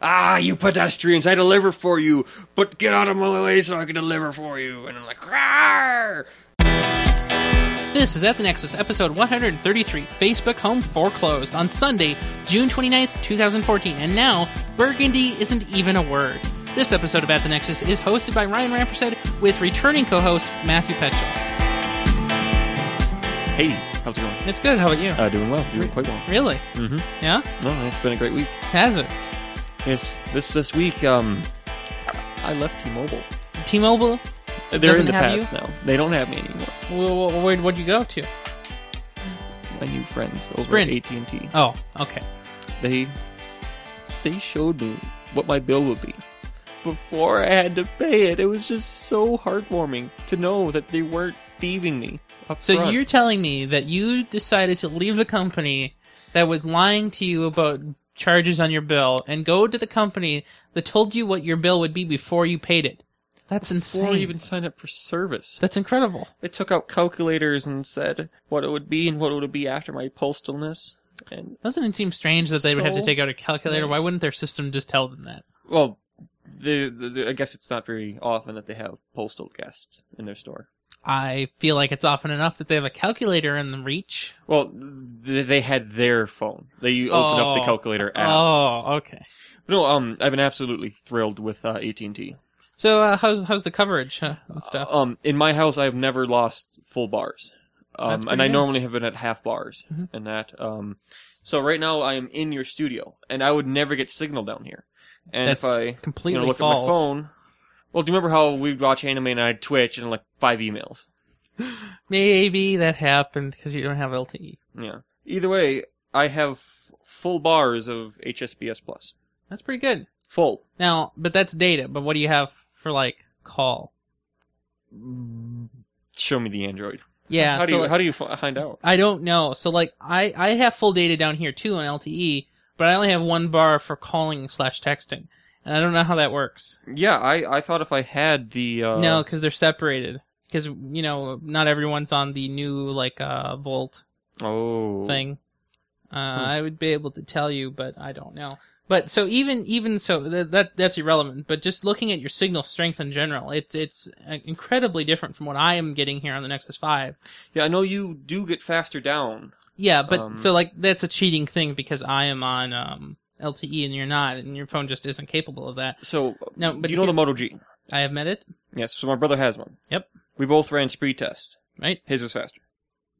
ah, you pedestrians, I deliver for you, but get out of my way so I can deliver for you. And I'm like, Rawr! This is At the Nexus, episode 133, Facebook Home Foreclosed, on Sunday, June 29th, 2014. And now, burgundy isn't even a word. This episode of At the Nexus is hosted by Ryan Rampersad with returning co host Matthew Petchel. Hey, how's it going? It's good, how about you? Uh, doing well. Doing quite well. really? Mm-hmm. Yeah? No, it's been a great week. Has it? It's this this week. Um, I left T-Mobile. T Mobile? They're in Doesn't the have past now. They don't have me anymore. Where, where'd you go to? My new friends over Sprint. at AT&T. Oh, okay. They they showed me what my bill would be before I had to pay it. It was just so heartwarming to know that they weren't thieving me. Up So front. you're telling me that you decided to leave the company that was lying to you about charges on your bill and go to the company that told you what your bill would be before you paid it. That's before insane. I even signed up for service. That's incredible. They took out calculators and said what it would be and what it would be after my postalness. And Doesn't it seem strange that they would have to So take out a calculator? nice. Why wouldn't their system just tell them that? well, the, the, the I guess it's not very often that they have postal guests in their store. I feel like it's often enough that they have a calculator in the reach. Well, th- they had their phone. They opened up Oh. the calculator app. Oh, okay. No, um, I've been absolutely thrilled with uh, AT and T. So uh, how's how's the coverage huh, and stuff? Um, in my house, I've never lost full bars. That's Um, pretty and I good. normally have been at half bars Mhm. and that. Um, so right now I am in your studio, and I would never get signal down here. And That's if I you completely know, look false. at my phone, well, do you remember how we'd watch anime and I'd twitch and like five emails? Maybe that happened because you don't have E. LTE. Yeah. Either way, I have f- full bars of HSBS Plus. That's pretty good. Full. Now, but that's data. But what do you have for like call? Show me the Android. Yeah. How do so, you like, how do you fi- find out? I don't know. So like I I have full data down here too on LTE, but I only have one bar for calling slash texting, and I don't know how that works. Yeah, I, I thought if I had the uh, no, because they're separated. Because you know not everyone's on the new like uh Volt oh thing. Uh, Hmm. I would be able to tell you, but I don't know. But so even even so that, that that's irrelevant. But just looking at your signal strength in general, it's it's uh, incredibly different from what I am getting here on the Nexus Five. Yeah, I know you do get faster down. Yeah, but Um, so like that's a cheating thing because I am on um, LTE and you're not, and your phone just isn't capable of that. So no, No, but but you know here- the Moto G. I have met it, Yes, so my brother has one. Yep. We both ran spree test. right? His was faster.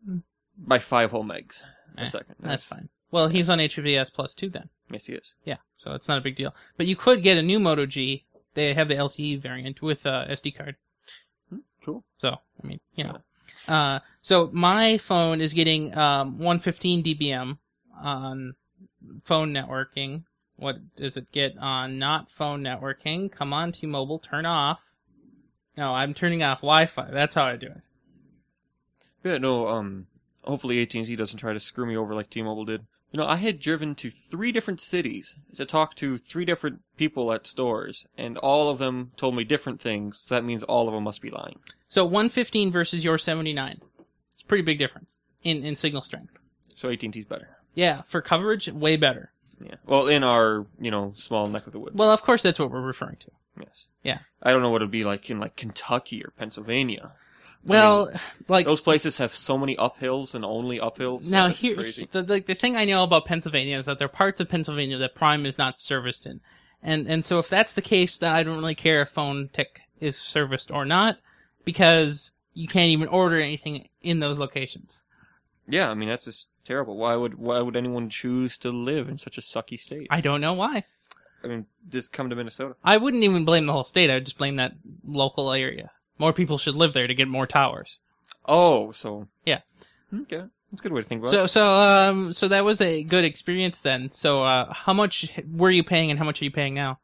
Hmm. By five whole megs Eh, a second. That's fine. Well, he's on HBS Plus two then. Yes, he is. Yeah, so it's not a big deal. But you could get a new Moto G. They have the LTE variant with uh, SD card. Cool. So I mean, you know. Uh, so my phone is getting um 115 dBm on phone networking. What does it get on not phone networking? Come on, T-Mobile, turn off. No, I'm turning off Wi-Fi. That's how I do it. Yeah, no, um, hopefully AT&T doesn't try to screw me over like T-Mobile did. You know, I had driven to three different cities to talk to three different people at stores, and all of them told me different things, so that means all of them must be lying. So 115 versus your 79. It's a pretty big difference in in signal strength. So AT&T's better. Yeah, for coverage, way better. Yeah. Well, in our, you know, small neck of the woods. Well, of course, that's what we're referring to. Yes. Yeah. I don't know what it'd be like in like Kentucky or Pennsylvania. Well, like Those places have so many uphills and only uphills. so Now it's here, crazy. the, the the thing I know about Pennsylvania is that there are parts of Pennsylvania that Prime is not serviced in, and and so if that's the case, then I don't really care if phone tech is serviced or not, because you can't even order anything in those locations. Yeah, I mean that's just terrible. Why would why would anyone choose to live in such a sucky state? I, I don't know why. mean, just come to Minnesota. I wouldn't even blame the whole state. I would just blame that local area. More people should live there to get more towers. Oh, so Hmm, Yeah. Okay, that's a good way to think about it. So so um so that was a good experience then. So uh how much were you paying and how much are you paying now?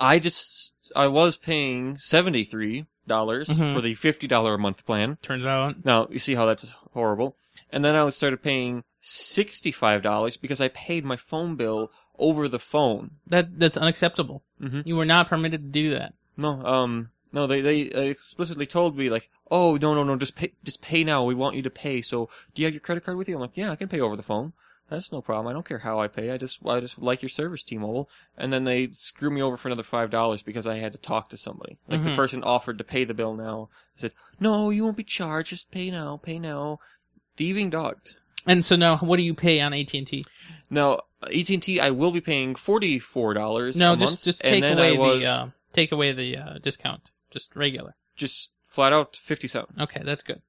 I just I was paying seventy three dollars Mhm. for the fifty dollar a month plan. Turns out Now you see how that's horrible. And then I was started paying sixty five dollars because I paid my phone bill over the phone. that that's unacceptable. Mhm. You were not permitted to do that. No, um, no, they they explicitly told me like, oh no no no, just pay just pay now. We want you to pay. So do you have your credit card with you? I'm like, yeah, I can pay over the phone. That's no problem. I don't care how I pay. I just I just like your service, T-Mobile. And then they screw me over for another five dollars because I had to talk to somebody. Like the Mhm. person offered to pay the bill now. I said, "No, you won't be charged. Just pay now. Pay now." Thieving dogs. And so now, what do you pay on AT and T? Now, E AT&T, I will be paying forty-four dollars. No, a just month, just and take then away I was the uh, take away the uh, discount, just regular. just flat out fifty-seven. Okay, that's good.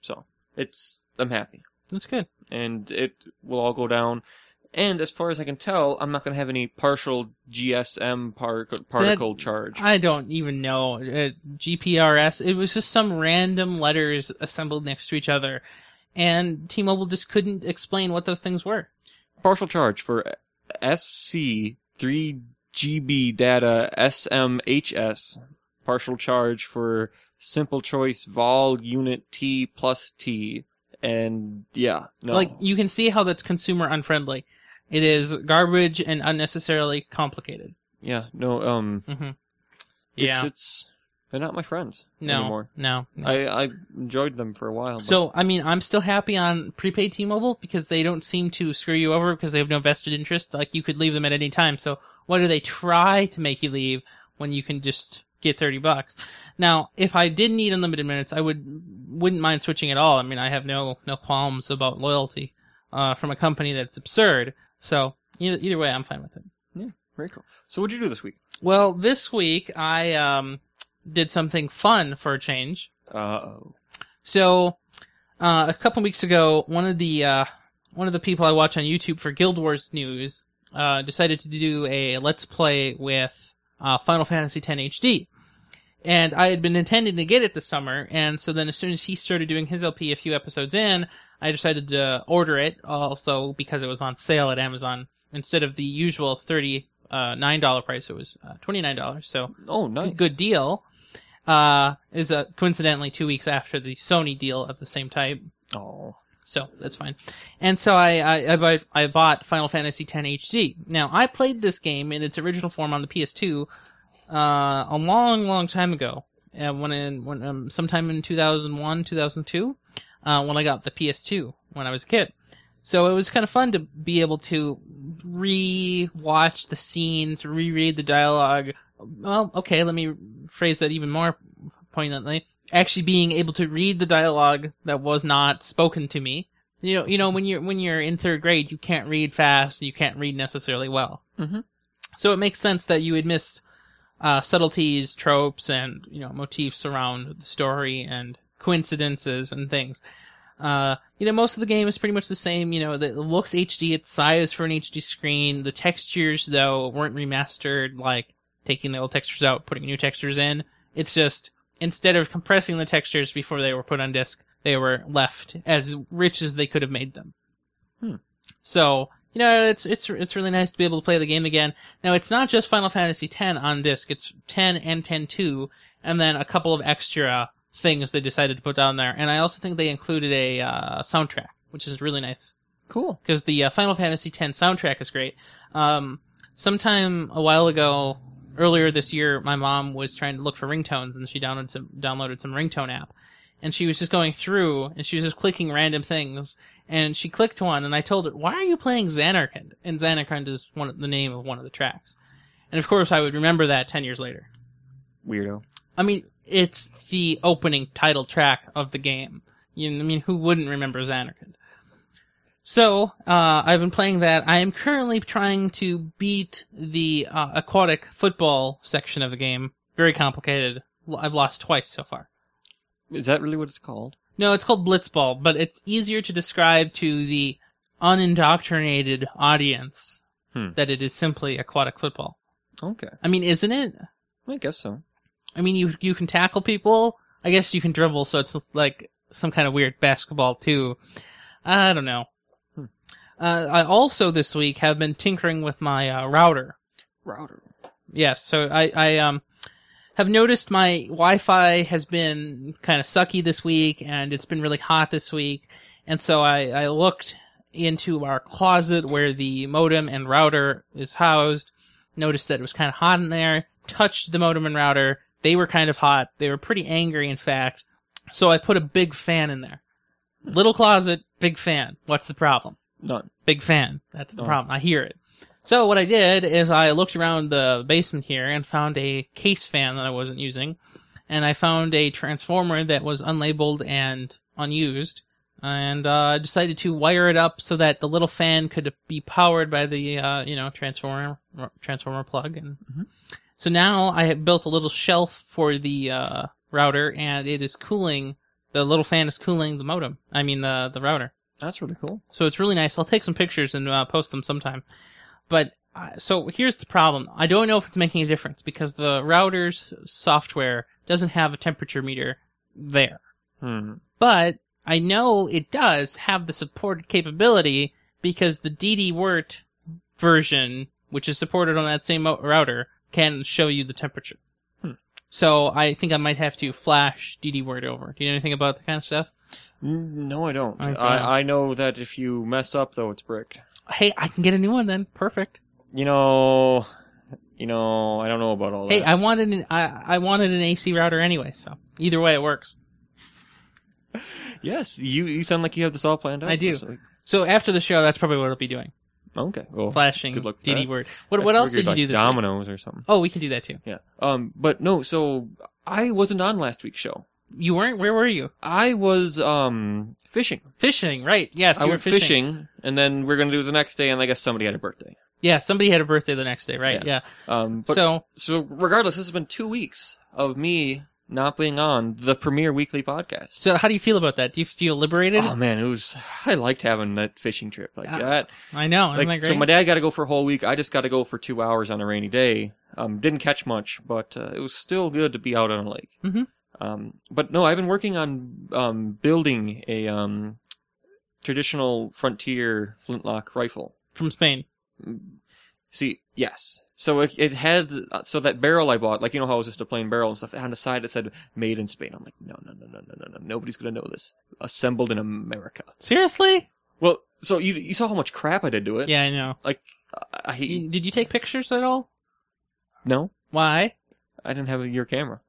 So it's I'm happy, That's good. and it will all go down. And as far as I can tell, I'm not going to have any partial GSM par- particle charge. I don't even know uh, GPRS. It was just some random letters assembled next to each other, and T-Mobile just couldn't explain what those things were. partial charge for SC 3GB data SMHS. Partial charge for simple choice vol unit T plus T. And yeah, no. Like you can see how that's consumer unfriendly. It is garbage and unnecessarily complicated. yeah, no, um, hmm it's, Yeah. it's, they're not my friends no. anymore. No. no. I, I enjoyed them for a while. but- So I mean, I'm still happy on prepaid T-Mobile because they don't seem to screw you over because they have no vested interest. Like you could leave them at any time. So why do they try to make you leave when you can just get thirty bucks? Now, if I did need unlimited minutes, I would wouldn't mind switching at all. I mean, I have no no qualms about loyalty uh, from a company that's absurd. So either, either way, I'm fine with it. very cool. So what'd you do this week? Well, this week I um, did something fun for a change. Uh oh. So, uh, a couple weeks ago, one of the uh, one of the people I watch on YouTube for Guild Wars news uh, decided to do a let's play with uh, Final Fantasy X HD, and I had been intending to get it this summer, and so then as soon as he started doing his LP a few episodes in, I decided to order it, also because it was on sale at Amazon instead of the usual thirty uh, nine dollar price. It was uh, twenty nine dollars, so Oh, nice. good deal. Uh, is uh, coincidentally two weeks after the Sony deal of the same type, Oh. so that's fine. And so I I, I, bu- I bought Final Fantasy X HD. Now I played this game in its original form on the PS2 uh, a long, long time ago, uh, when in when um, sometime in 2001, 2002, uh, when I got the PS2 when I was a kid. So it was kind of fun to be able to re-watch the scenes, reread the dialogue. Well, okay, let me phrase that even more poignantly. Actually, being able to read the dialogue that was not spoken to me. You know, you know, when you're when you're in third grade, you can't read fast, you can't read necessarily well. Mhm. So it makes sense that you had missed uh, subtleties, tropes, and you know motifs around the story and coincidences and things. Uh, you know, most of the game is pretty much the same. You know, the- it looks HD, its size for an HD screen. The textures, though, weren't remastered, like taking the old textures out, putting new textures in. It's just, instead of compressing the textures before they were put on disk, they were left as rich as they could have made them. Hmm. So, you know, it's, it's, it's really nice to be able to play the game again. Now, it's not just Final Fantasy X on disk, it's 10 and 10-2, and then a couple of extra things they decided to put down there. And I also think they included a uh, soundtrack, which is really nice Cool. because the uh, Final Fantasy X soundtrack is great. Um, sometime a while ago, earlier this year, my mom was trying to look for ringtones, and she downloaded some downloaded some ringtone app, and she was just going through, and she was just clicking random things, and she clicked one, and I told her, "Why are you playing Xanarkand?" And Xanarkand is one of, the name of one of the tracks, and of course, I would remember that ten years later. Weirdo. I mean, it's the opening title track of the game. You know, I mean, who wouldn't remember Xanarkand? So, uh, I've been playing that. I am currently trying to beat the uh, aquatic football section of the game. Very complicated. L- I've lost twice so far. Is that really what it's called? No, it's called Blitzball, but it's easier to describe to the unindoctrinated audience Hmm. that it is simply aquatic football. Okay. I mean, isn't it? I guess so. I mean, you you can tackle people. I guess you can dribble, so it's just like some kind of weird basketball too. I don't know. Hmm. Uh, I also this week have been tinkering with my uh, router. Router. Yes, so I I um have noticed my Wi-Fi has been kind of sucky this week, and it's been really hot this week, and so I I looked into our closet where the modem and router is housed. Noticed that it was kind of hot in there. Touched the modem and router. They were kind of hot. They were pretty angry, in fact. So I put a big fan in there. Little closet, big fan. What's the problem? None. Big fan. That's the Oh. problem. I hear it. So what I did is I looked around the basement here and found a case fan that I wasn't using, and I found a transformer that was unlabeled and unused, and uh, I decided to wire it up so that the little fan could be powered by the uh, you know transformer transformer plug, and Mhm. so now I have built a little shelf for the uh, router, and it is cooling. The little fan is cooling the modem. I mean the the router. That's really cool. So it's really nice. I'll take some pictures and uh, post them sometime. But uh, so here's the problem. I don't know if it's making a difference because the router's software doesn't have a temperature meter there. Hmm. But I know it does have the supported capability because the DDWirt version, which is supported on that same mo- router, can show you the temperature. Hmm. So I think I might have to flash DDWirt over. Do you know anything about that kind of stuff? Mm, No, I don't. Okay. I, I know that if you mess up, though, it's bricked. Hey, I can get a new one then. Perfect. You know, you know, I don't know about all Hey, that. I wanted an I, I wanted an AC router anyway, so either way it works. yes, you you sound like you have this all planned out. I do. this week. So after the show, that's probably what I'll be doing: Okay. Well, flashing Good luck with DD that. word. What I what else figured, did you like, do this week? Dominoes or something. Oh, we can do that too. Yeah. Um. But no. So I wasn't on last week's show. You weren't. Where were you? I was um fishing. Fishing, right? Yes, I you were went fishing. and then we're gonna do it the next day, and I guess somebody had a birthday. Yeah, somebody had a birthday the next day, right? Yeah. Um. But so, so regardless, this has been two weeks of me not being on the premier weekly podcast. so how do you feel about that? Do you feel liberated? Oh man, it was. I liked having that fishing trip like Ah. that. I know. Isn't like that so great? my dad got to go for a whole week i just got to go for two hours on a rainy day um didn't catch much but uh, it was still good to be out on a lake Mhm. um but no i've been working on um building a um traditional frontier flintlock rifle From Spain. see yes so it, it had so that barrel i bought like you know how it was just a plain barrel and stuff on the side it said made in spain i'm like no no no no no no no nobody's gonna know this assembled in america Seriously? well so you you saw how much crap i did to it Yeah, I know. i, I You- Did you take pictures at all? no Why? I didn't have your camera.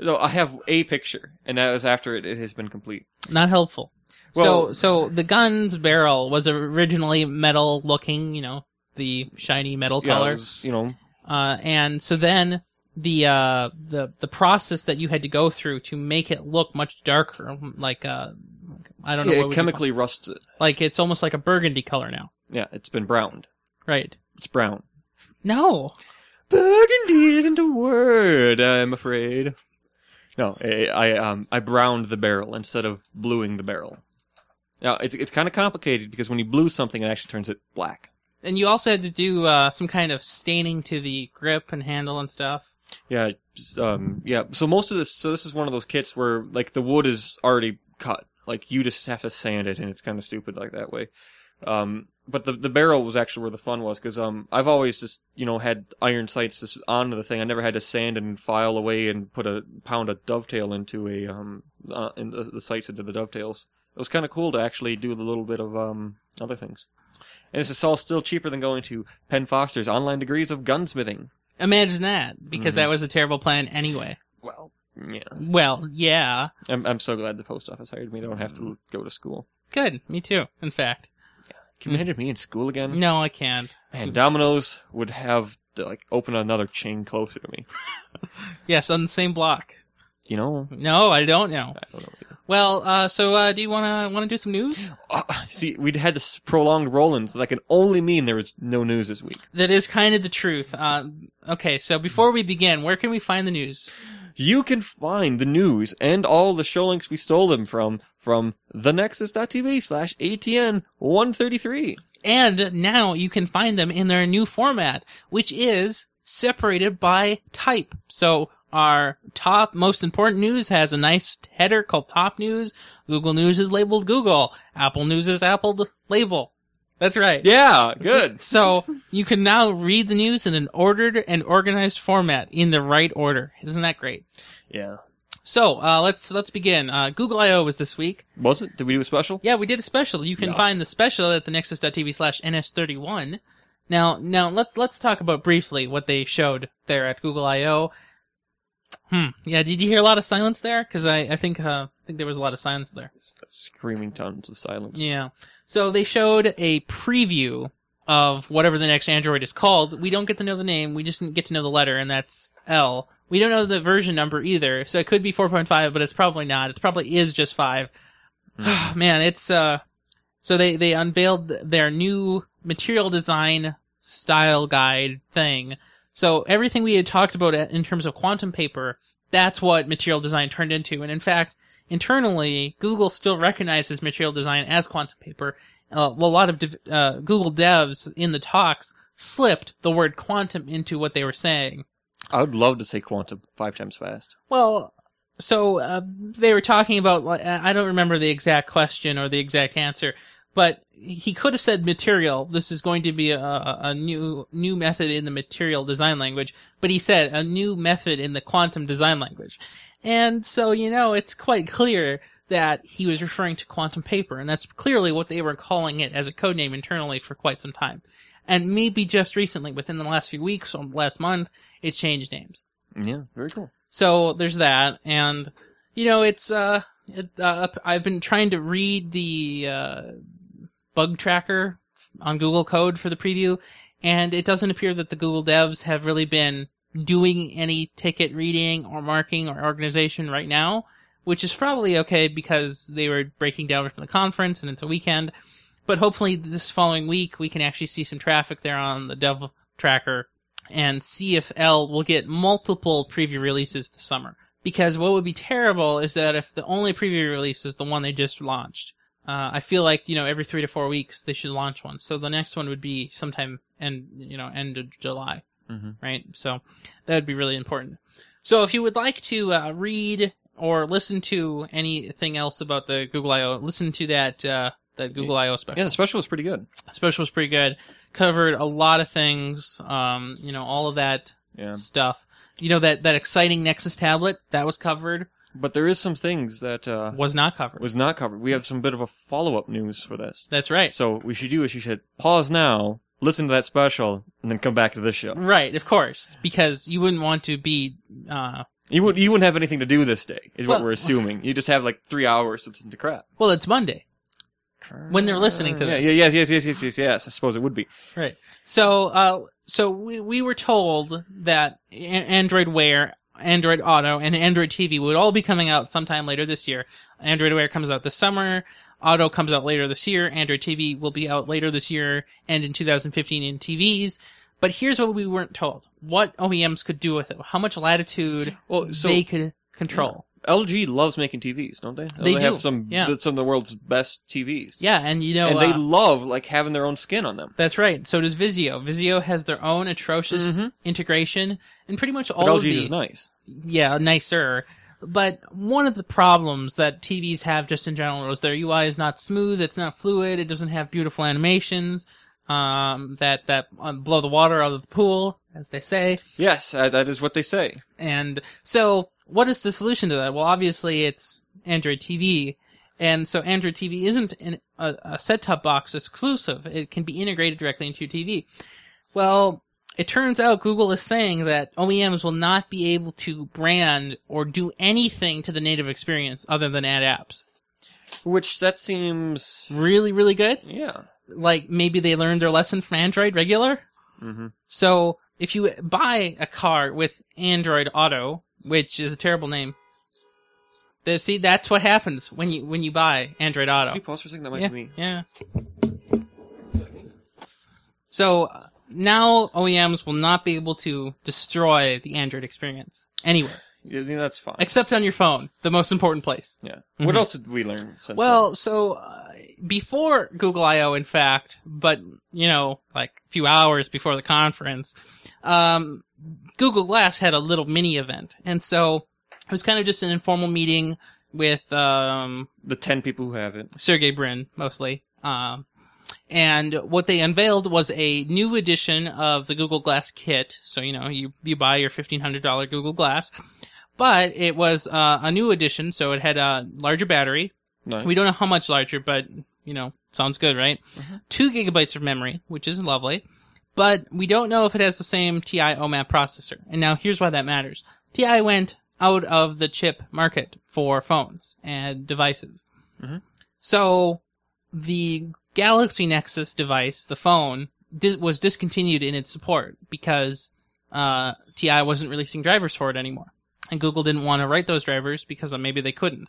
No, I have a picture, and that was after it, it has been complete. Not helpful. so Well- so the gun's barrel was originally metal looking, you know, the shiny metal Yeah, it color. was, you know, Uh, and so then the uh the the process that you had to go through to make it look much darker, like uh I don't know what it would you chemically rusts it. call- like it's almost like a burgundy color now, Yeah, it's been browned. right? It's brown. No, Burgundy isn't a word, I'm afraid. No, I, I um I browned the barrel instead of bluing the barrel. Now it's it's kind of complicated because when you blue something, it actually turns it black. and you also had to do uh some kind of staining to the grip and handle and stuff. Yeah, it's, um, yeah. So most of this, so this is one of those kits where like the wood is already cut, like you just have to sand it, and it's kind of stupid like that way. Um, but the the barrel was actually where the fun was because um, I've always just you know had iron sights just onto the thing. I never had to sand and file away and put a pound of dovetail into a um, uh, in the, the sights into the dovetails. It was kind of cool to actually do a little bit of um other things. And this is all still cheaper than going to Penn Foster's online degrees of gunsmithing. Imagine that, because Mhm. that was a terrible plan anyway. Well, yeah. Well, yeah, I'm, I'm so glad the post office hired me. I don't have to go to school. Hmm. good, me too. In fact, Can you imagine me in school again? no, I can't. Man, Domino's would have to, like open another chain closer to me. Yes, on the same block. You know, No, I don't know. I don't know. Well, uh, so uh, do you wanna wanna do some news? Ah, see, we'd had this prolonged roll-in, so that can only mean there was no news this week. That is kind of the truth. Uh, okay, so before we begin, where can we find the news? You can find the news and all the show links we stole them from from thenexus.tv slash ATN 133. And now you can find them in their new format, which is separated by type. So our top most important news has a nice header called top news. Google News is labeled Google. Apple News is appled label. That's right. Yeah, good. So you can now read the news in an ordered and organized format in the right order. Isn't that great? yeah. So uh, let's let's begin. Uh, Google I/O was this week. Was it? Did we do a special? Yeah, we did a special. You can Yeah. find the special at the nexus.tv slash ns31. Now, now let's let's talk about briefly what they showed there at Google I/O. Hmm. Yeah. Did you hear a lot of silence there? Because I, I think uh, I think there was a lot of silence there. Screaming tons of silence. Yeah. So they showed a preview of whatever the next android is called. We don't get to know the name. We just get to know the letter, and that's L. We don't know the version number either, so it could be 4.5, but it's probably not. It probably is just five. Mhm. Man, it's uh. So they they unveiled their new material design style guide thing. So everything we had talked about in terms of quantum paper, that's what material design turned into. And in fact, internally, Google still recognizes material design as quantum paper. Uh, a lot of dev- uh, Google devs in the talks slipped the word quantum into what they were saying. I would love to say quantum five times fast. Well, so uh, they were talking about. like, uh, I I don't remember the exact question or the exact answer, but he could have said material. This is going to be a, a a new new method in the material design language, but he said a new method in the quantum design language, and so you know it's quite clear that he was referring to quantum paper, and that's clearly what they were calling it as a code name internally for quite some time. And maybe just recently, within the last few weeks or last month, it changed names. Yeah, very cool. So there's that, and you know it's uh, it, uh I've been trying to read the uh, bug tracker on Google Code for the preview, and it doesn't appear that the Google devs have really been doing any ticket reading or marking or organization right now, which is probably okay because they were breaking down from the conference and it's a weekend. But hopefully this following week we can actually see some traffic there on the dev tracker and see if L will get multiple preview releases this summer. Because what would be terrible is that if the only preview release is the one they just launched, uh, I feel like you know every three to four weeks they should launch one. So the next one would be sometime end you know end of July, Mhm. right? So that would be really important. So if you would like to uh, read or listen to anything else about the Google I/O, listen to that uh, that Google I/O special Yeah, the special was pretty good. special was pretty good. Covered a lot of things. Um, you know, all of that Yeah, stuff. You know that that exciting Nexus tablet that was covered but there is some things that uh, was not covered. was not covered. We have some bit of a follow up news for this. That's right. So what we should do is you should pause now, listen to that special, and then come back to this show. Right, of course, because you wouldn't want to be. Uh, You wouldn't you wouldn't have anything to do this day, is what Well- we're assuming. You just have like three hours to listen to crap. well, it's Monday. When they're listening to yeah, this. Yeah, yes, yes, yes, yes, yes, yes. I suppose it would be. Right. So, uh, so we we were told that A- Android Wear, Android Auto, and Android TV would all be coming out sometime later this year. Android Wear comes out this summer. Auto comes out later this year. Android TV will be out later this year and in 2015 in TVs. But here's what we weren't told: what OEMs could do with it, how much latitude Well, so they could control. LG loves making TVs, don't they? They do, have some yeah. some of the world's best TVs. Yeah, and you know, and they uh, love like having their own skin on them. that's right. So does Vizio. Vizio has their own atrocious Mhm. integration, and pretty much all But of LG's the is nice. yeah, nicer. But one of the problems that TVs have just in general is their UI is not smooth, it's not fluid, it doesn't have beautiful animations um, that that um, blow the water out of the pool, as they say. Yes, uh, that is what they say. And so, what is the solution to that? Well, obviously, it's Android TV. And so, Android TV isn't an, a, a set top box exclusive, it can be integrated directly into your TV. Well, it turns out Google is saying that OEMs will not be able to brand or do anything to the native experience other than add apps. Which that seems, Really, really good. yeah. Like maybe they learned their lesson from Android regular. Mm-hmm. So if you buy a car with Android Auto, which is a terrible name, there, see that's what happens when you when you buy Android Can Auto. you pause for a second? That might Yeah, be me. yeah. So uh, now OEMs will not be able to destroy the Android experience anywhere Yeah, I think that's fine. except on your phone, the most important place. yeah. Mhm. What else did we learn since Well, so uh, before Google I/O, in fact, but you know, like a few hours before the conference, um, Google Glass had a little mini event, and so it was kind of just an informal meeting with um, then? The 10 people who have it. Sergey Brin mostly. Um, and what they unveiled was a new edition of the Google Glass kit. So you know you you buy your fifteen hundred dollar Google Glass, but it was uh, a new edition, so it had a larger battery. Nice. We don't know how much larger, but you know, sounds good, right? Mhm. Two gigabytes of memory, which is lovely, but we don't know if it has the same TI OMAP processor. And now here's why that matters. TI went out of the chip market for phones and devices. Mhm. So the Galaxy Nexus device, the phone, di- was discontinued in its support because uh, TI wasn't releasing drivers for it anymore, and Google didn't want to write those drivers because uh, maybe they couldn't.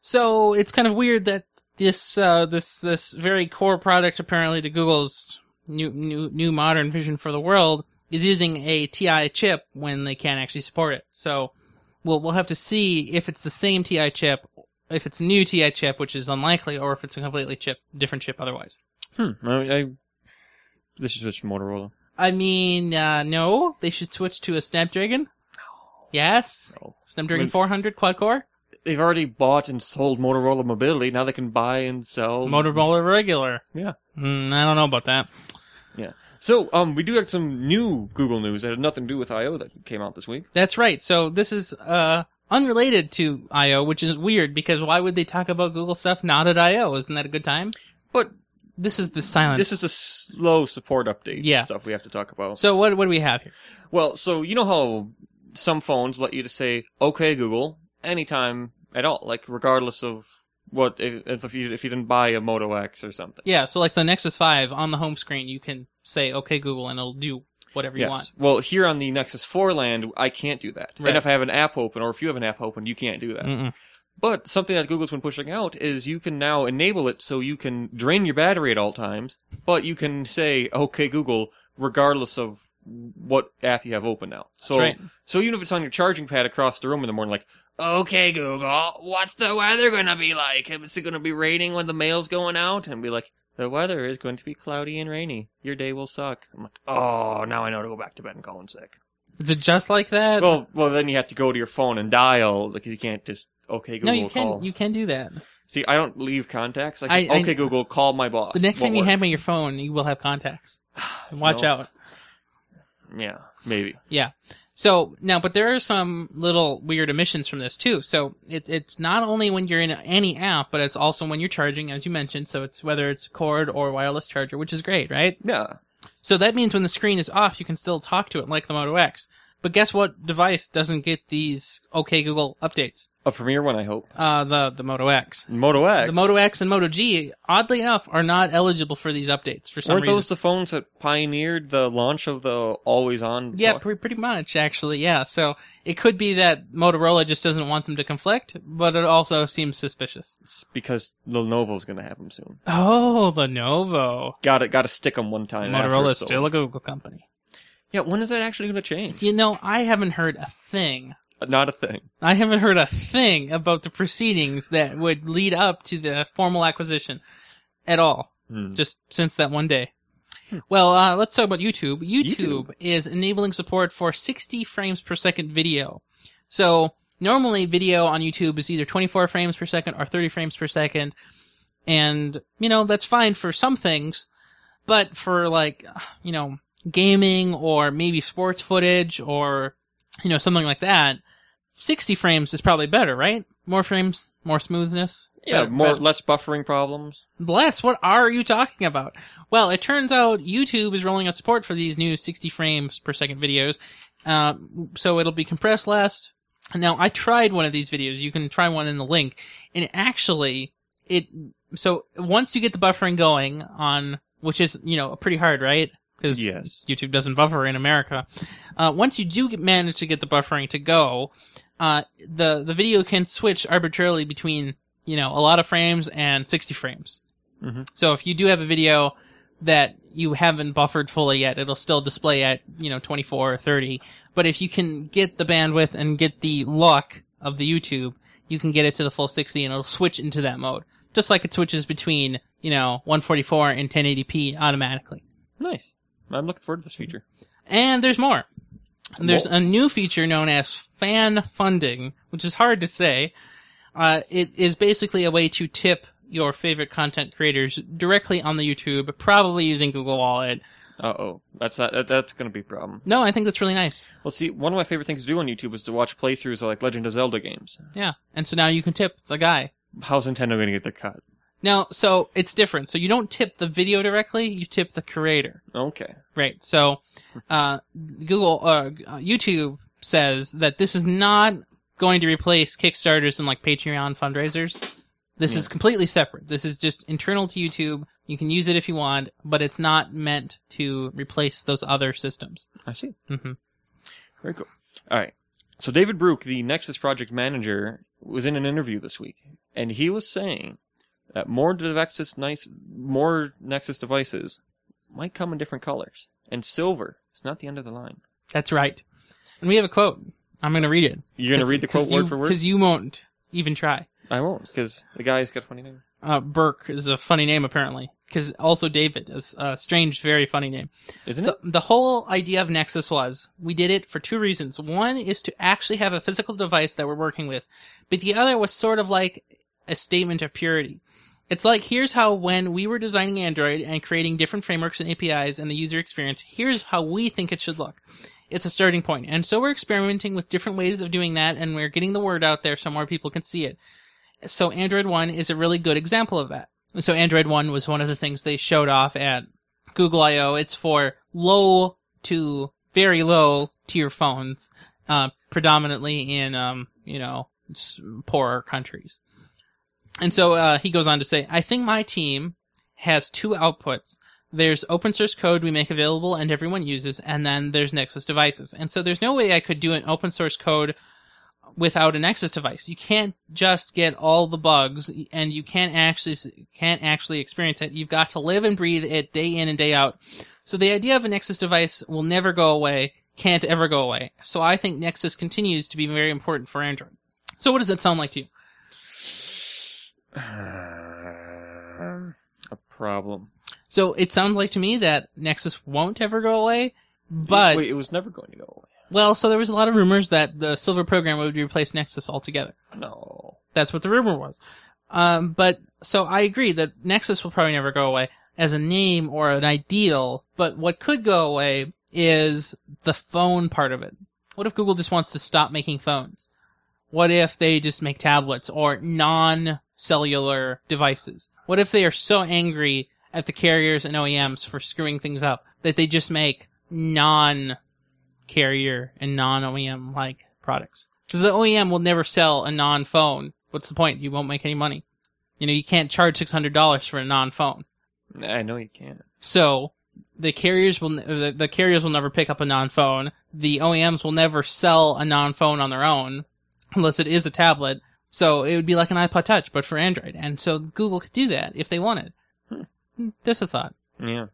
So it's kind of weird that this uh, this this very core product apparently to Google's new new new modern vision for the world is using a TI chip when they can't actually support it. So we'll we'll have to see if it's the same TI chip, if it's a new TI chip, which is unlikely, or if it's a completely chip different chip otherwise. Hmm. I, I this is just Motorola. I mean, uh, no, they should switch to a Snapdragon. Yes, No. Snapdragon When- 400 quad core, They've already bought and sold Motorola Mobility. Now they can buy and sell Motorola regular. Yeah. Mm, I don't know about that. So, um, we do have some new Google news that had nothing to do with I/O that came out this week. That's right. So this is uh unrelated to I/O, which is weird because why would they talk about Google stuff not at I/O? Isn't that a good time? But This is the silence. this is the slow support update Yeah. stuff we have to talk about. so what what do we have here? Well, so you know how some phones let you to say "Okay, Google" anytime at all, like regardless of what if, if you if you didn't buy a Moto X or something. Yeah, so like the Nexus 5 on the home screen, you can say "Okay Google" and it'll do whatever you want. Well, here on the Nexus 4 land, I can't do that. Right. Mm. And if I have an app open, or if you have an app open, you can't do that. Mm-mm. But something that Google's been pushing out is you can now enable it so you can drain your battery at all times, but you can say, okay, Google, regardless of what app you have open now. So, right. so even if it's on your charging pad across the room in the morning, like, okay, Google, what's the weather going to be like? Is it going to be raining when the mail's going out? And be like, the weather is going to be cloudy and rainy. Your day will suck. I'm like, oh, now I know to go back to bed and call in sick. Is it just like that? Well, well, then you have to go to your phone and dial. Like, you can't just, okay, no, Google, you can call. you can do that. See, I don't leave contacts. I can, I- I- okay, Google, call my boss. The next Won't time you work. have on your phone, you will have contacts. Watch No. out. yeah, maybe. So now, but there are some little weird emissions from this too. So it, it's not only when you're in any app, but it's also when you're charging, as you mentioned. So it's whether it's cord or wireless charger, which is great, right? Yeah, So that means when the screen is off, you can still talk to it like the Moto X. But guess what device doesn't get these OK Google updates? a premiere one, I hope. Uh, the the Moto X. Moto X. The Moto X and Moto G, oddly enough, are not eligible for these updates for some Weren't reason. those the phones that pioneered the launch of the always-on? Yeah, talk? pre- pretty much actually. Yeah, so it could be that Motorola just doesn't want them to conflict, but it also seems suspicious. It's because Lenovo's going to have them soon. Oh, the Novo. Got to Got to stick them one time. Motorola after, is so- still a Google company. Yeah, when is that actually going to change? You know, I haven't heard a thing. Not a thing. I haven't heard a thing about the proceedings that would lead up to the formal acquisition at all. Hmm. just since that one day. Well, uh, let's talk about YouTube. YouTube. is enabling support for 60 frames per second video. So normally video on YouTube is either 24 frames per second or 30 frames per second. And, you know, that's fine for some things, but for like, you know, gaming or maybe sports footage or, you know, something like that, 60 frames is probably better, right? More frames, more smoothness. Yeah, better- more better- less buffering problems. Bless, what are you talking about? Well, it turns out YouTube is rolling out support for these new 60 frames per second videos, uh, so it'll be compressed less. Now, I tried one of these videos. You can try one in the link, and actually, it so once you get the buffering going on, which is you know pretty hard, right? Because Yes. YouTube doesn't buffer in America. Uh, once you do get, manage to get the buffering to go, uh, the the video can switch arbitrarily between you know a lot of frames and 60 frames. Mhm. So if you do have a video that you haven't buffered fully yet, it'll still display at you know 24 or 30. But if you can get the bandwidth and get the luck of the YouTube, you can get it to the full 60 and it'll switch into that mode, just like it switches between you know 144 and 1080p automatically. Nice. I'm looking forward to this feature. And there's more. There's Whoa. a new feature known as fan funding, which is hard to say. Uh, it is basically a way to tip your favorite content creators directly on the YouTube, probably using Google Wallet. Uh oh, that's not, that, that's going to be a problem. No, I think that's really nice. Well, see, one of my favorite things to do on YouTube is to watch playthroughs of like Legend of Zelda games. Yeah. And so now you can tip the guy. How's Nintendo going to get their cut? Now, so it's different. So you don't tip the video directly, you tip the creator. Okay. Right. So, uh, Google, uh, YouTube says that this is not going to replace Kickstarters and like Patreon fundraisers. This Yeah. is completely separate. This is just internal to YouTube. You can use it if you want, but it's not meant to replace those other systems. I see. hmm Very cool. All right. So David Brook, the Nexus project manager, was in an interview this week, and he was saying that more Nexus nice, more Nexus devices might come in different colors, and silver is not the end of the line. That's right. And we have a quote. I'm going to read it. You're gonna read the quote word for word. Because you won't even try. I won't, because the guy's got a funny name. Uh, Burke is a funny name, apparently. Because also David is a strange, very funny name. Isn't The, it? the whole idea of Nexus was we did it for two reasons. One is to actually have a physical device that we're working with, but the other was sort of like a statement of purity. It's like here's how when we were designing Android and creating different frameworks and APIs and the user experience, here's how we think it should look. It's a starting point. And so we're experimenting with different ways of doing that and we're getting the word out there so more people can see it. So Android 1 is a really good example of that. So Android 1 was one of the things they showed off at Google I/O. It's for low to very low tier phones, uh, predominantly in um, you know s- poorer countries. And so uh, he goes on to say, "I think my team has two outputs. There's open source code we make available and everyone uses, and then there's Nexus devices. And so there's no way I could do an open source code." without a Nexus device. You can't just get all the bugs, and you can't actually can't actually experience it. You've got to live and breathe it day in and day out. So the idea of a Nexus device will never go away, can't ever go away. So I think Nexus continues to be very important for Android. So what does that sound like to you? a problem. So it sounds like to me that Nexus won't ever go away, but Wait, it was never going to go well, so there was a lot of rumors that the Silver program would replace Nexus altogether. away. No. That's what the rumor was. Um, but so I agree that Nexus will probably never go away as a name or an ideal. But what could go away is the phone part of it. What if Google just wants to stop making phones? What if they just make tablets or non-cellular devices? What if they are so angry at the carriers and OEMs for screwing things up that they just make non-carrier and non-OEM like products? Because the OEM will never sell a non-phone. What's the point? You won't make any money. You know, you can't charge six hundred dollars for a non-phone. I know you can't. So the carriers will n- the, the carriers will never pick up a non-phone. The OEMs will never sell a non-phone on their own unless it is a tablet. So it would be like an iPod Touch but for Android. And so Google could do that if they wanted. Hmm, Just a thought. Yeah.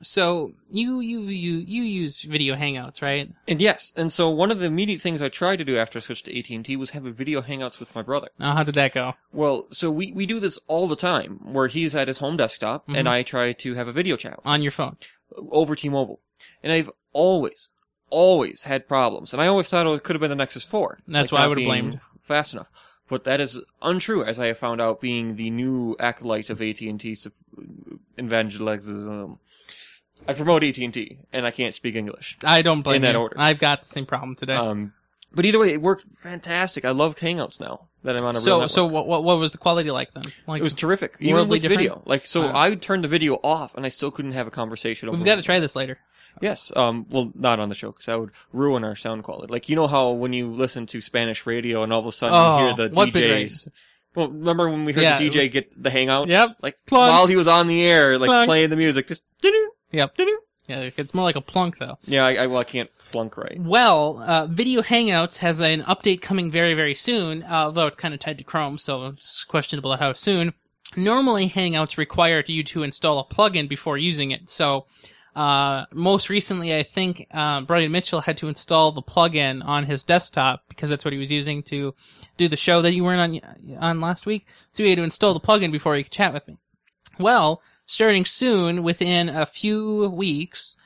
So you you you you use video hangouts, right? And yes, and so one of the immediate things I tried to do after I switched to AT&T was have a video hangouts with my brother. Now how did that go? Well, so we, we do this all the time, where he's at his home desktop, and Mhm. I try to have a video chat On your phone. over T-Mobile. And I've always, always had problems, and I always thought it could have been the Nexus 4. like That's what I not would've being blamed. Fast enough. But that is untrue, as I have found out being the new acolyte of AT&T 's evangelism. I promote AT&T, and I can't speak English. I don't blame In that you. order. I've got the same problem today. Um, but either way, it worked fantastic. I love Hangouts now that I'm on a real so network. so what, what what was the quality like then? Like it was terrific, Worldly even with different? video. Like, so Wow. I would turn the video off, and I still couldn't have a conversation. Over we've got to try this later. Yes. Um. Well, not on the show because that would ruin our sound quality. Like, you know how when you listen to Spanish radio and all of a sudden Oh, you hear the what big DJs. Well, remember when we heard Yeah. the DJ get the Hangouts? Yep. Like Plug. while he was on the air, like Plug. playing the music, just doo-doo, Yep. doo-doo. Yeah, it's more like a plunk though. Yeah. I, I well, I can't plunk right. Well, uh, Video Hangouts has an update coming very, very soon, although it's kind of tied to Chrome, so it's questionable at how soon. Normally, Hangouts require you to install a plugin before using it. So, uh, most recently, I think uh, Brian Mitchell had to install the plugin on his desktop because that's what he was using to do the show that you weren't on on last week. So he had to install the plugin before he could chat with me. Well, starting soon, within a few weeks,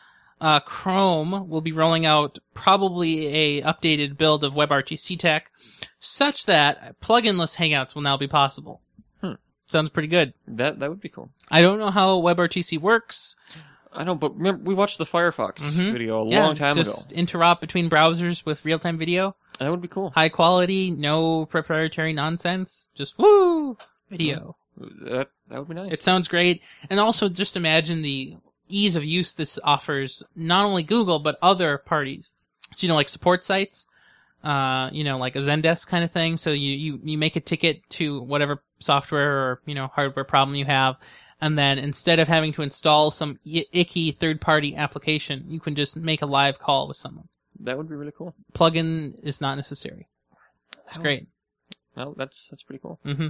uh, Chrome will be rolling out probably a updated build of WebRTC tech, such that pluginless Hangouts will now be possible. Hmm. Sounds pretty good. That that would be cool. I don't know how WebRTC works. I know, but remember we watched the Firefox Mhm. video a Yeah, long time just ago. interop between browsers with real-time video, That would be cool. high quality, no proprietary nonsense, just woo video. That Uh, that would be nice. It sounds great, and also just imagine the ease of use this offers not only Google but other parties. So you know, like support sites. uh, you know, like a Zendesk kind of thing. So you, you, you make a ticket to whatever software or, you know, hardware problem you have. And then instead of having to install some I- icky third party application, you can just make a live call with someone. That would be really cool. Plugin is not necessary. It's Oh. great. No, that's that's pretty cool. hmm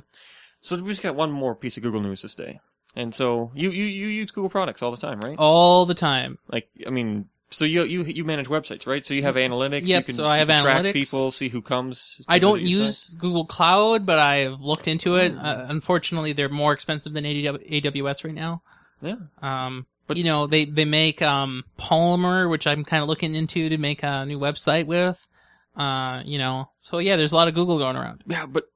So we just got one more piece of Google news this day, and so you you, you use Google products all the time, right? All the time. Like I mean, so you you you manage websites, right? So you have analytics. you Yep, can, so I you have can track analytics. people, see who comes. to I don't visit your site. use Google Cloud, but I've looked into it. Hmm. Uh, unfortunately, they're more expensive than AWS right now. Yeah. Um, But- but you know, they they make um Polymer, which I'm kind of looking into to make a new website with. Uh, you know, so yeah, there's a lot of Google going around. Yeah, but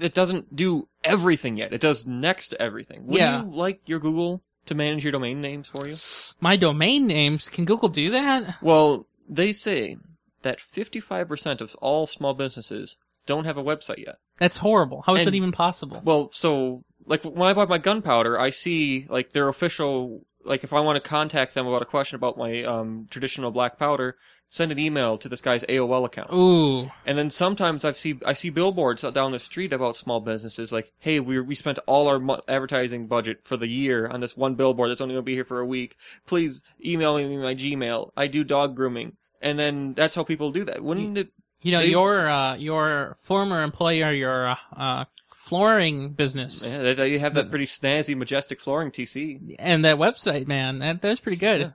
it doesn't do everything yet. It does next to everything. Would Yeah. you like your Google to manage your domain names for you? My domain names can Google do that? Well, they say that 55% of all small businesses don't have a website yet. That's horrible. How is And- that even possible? Well, so like when I buy my gunpowder, I see like their official like if I want to contact them about a question about my um, traditional black powder, send an email to this guy's AOL account. Ooh, And then sometimes I see I see billboards down the street about small businesses like, "Hey, we we spent all our mo- advertising budget for the year on this one billboard that's only going to be here for a week. Please email me my Gmail. I do dog grooming." And then that's how people do that. Wouldn't it? you know They- your uh your former employer, your uh, uh flooring business. Yeah, eh, they, they have that pretty snazzy, majestic flooring TC. And that website, man, that that's pretty good. Yeah.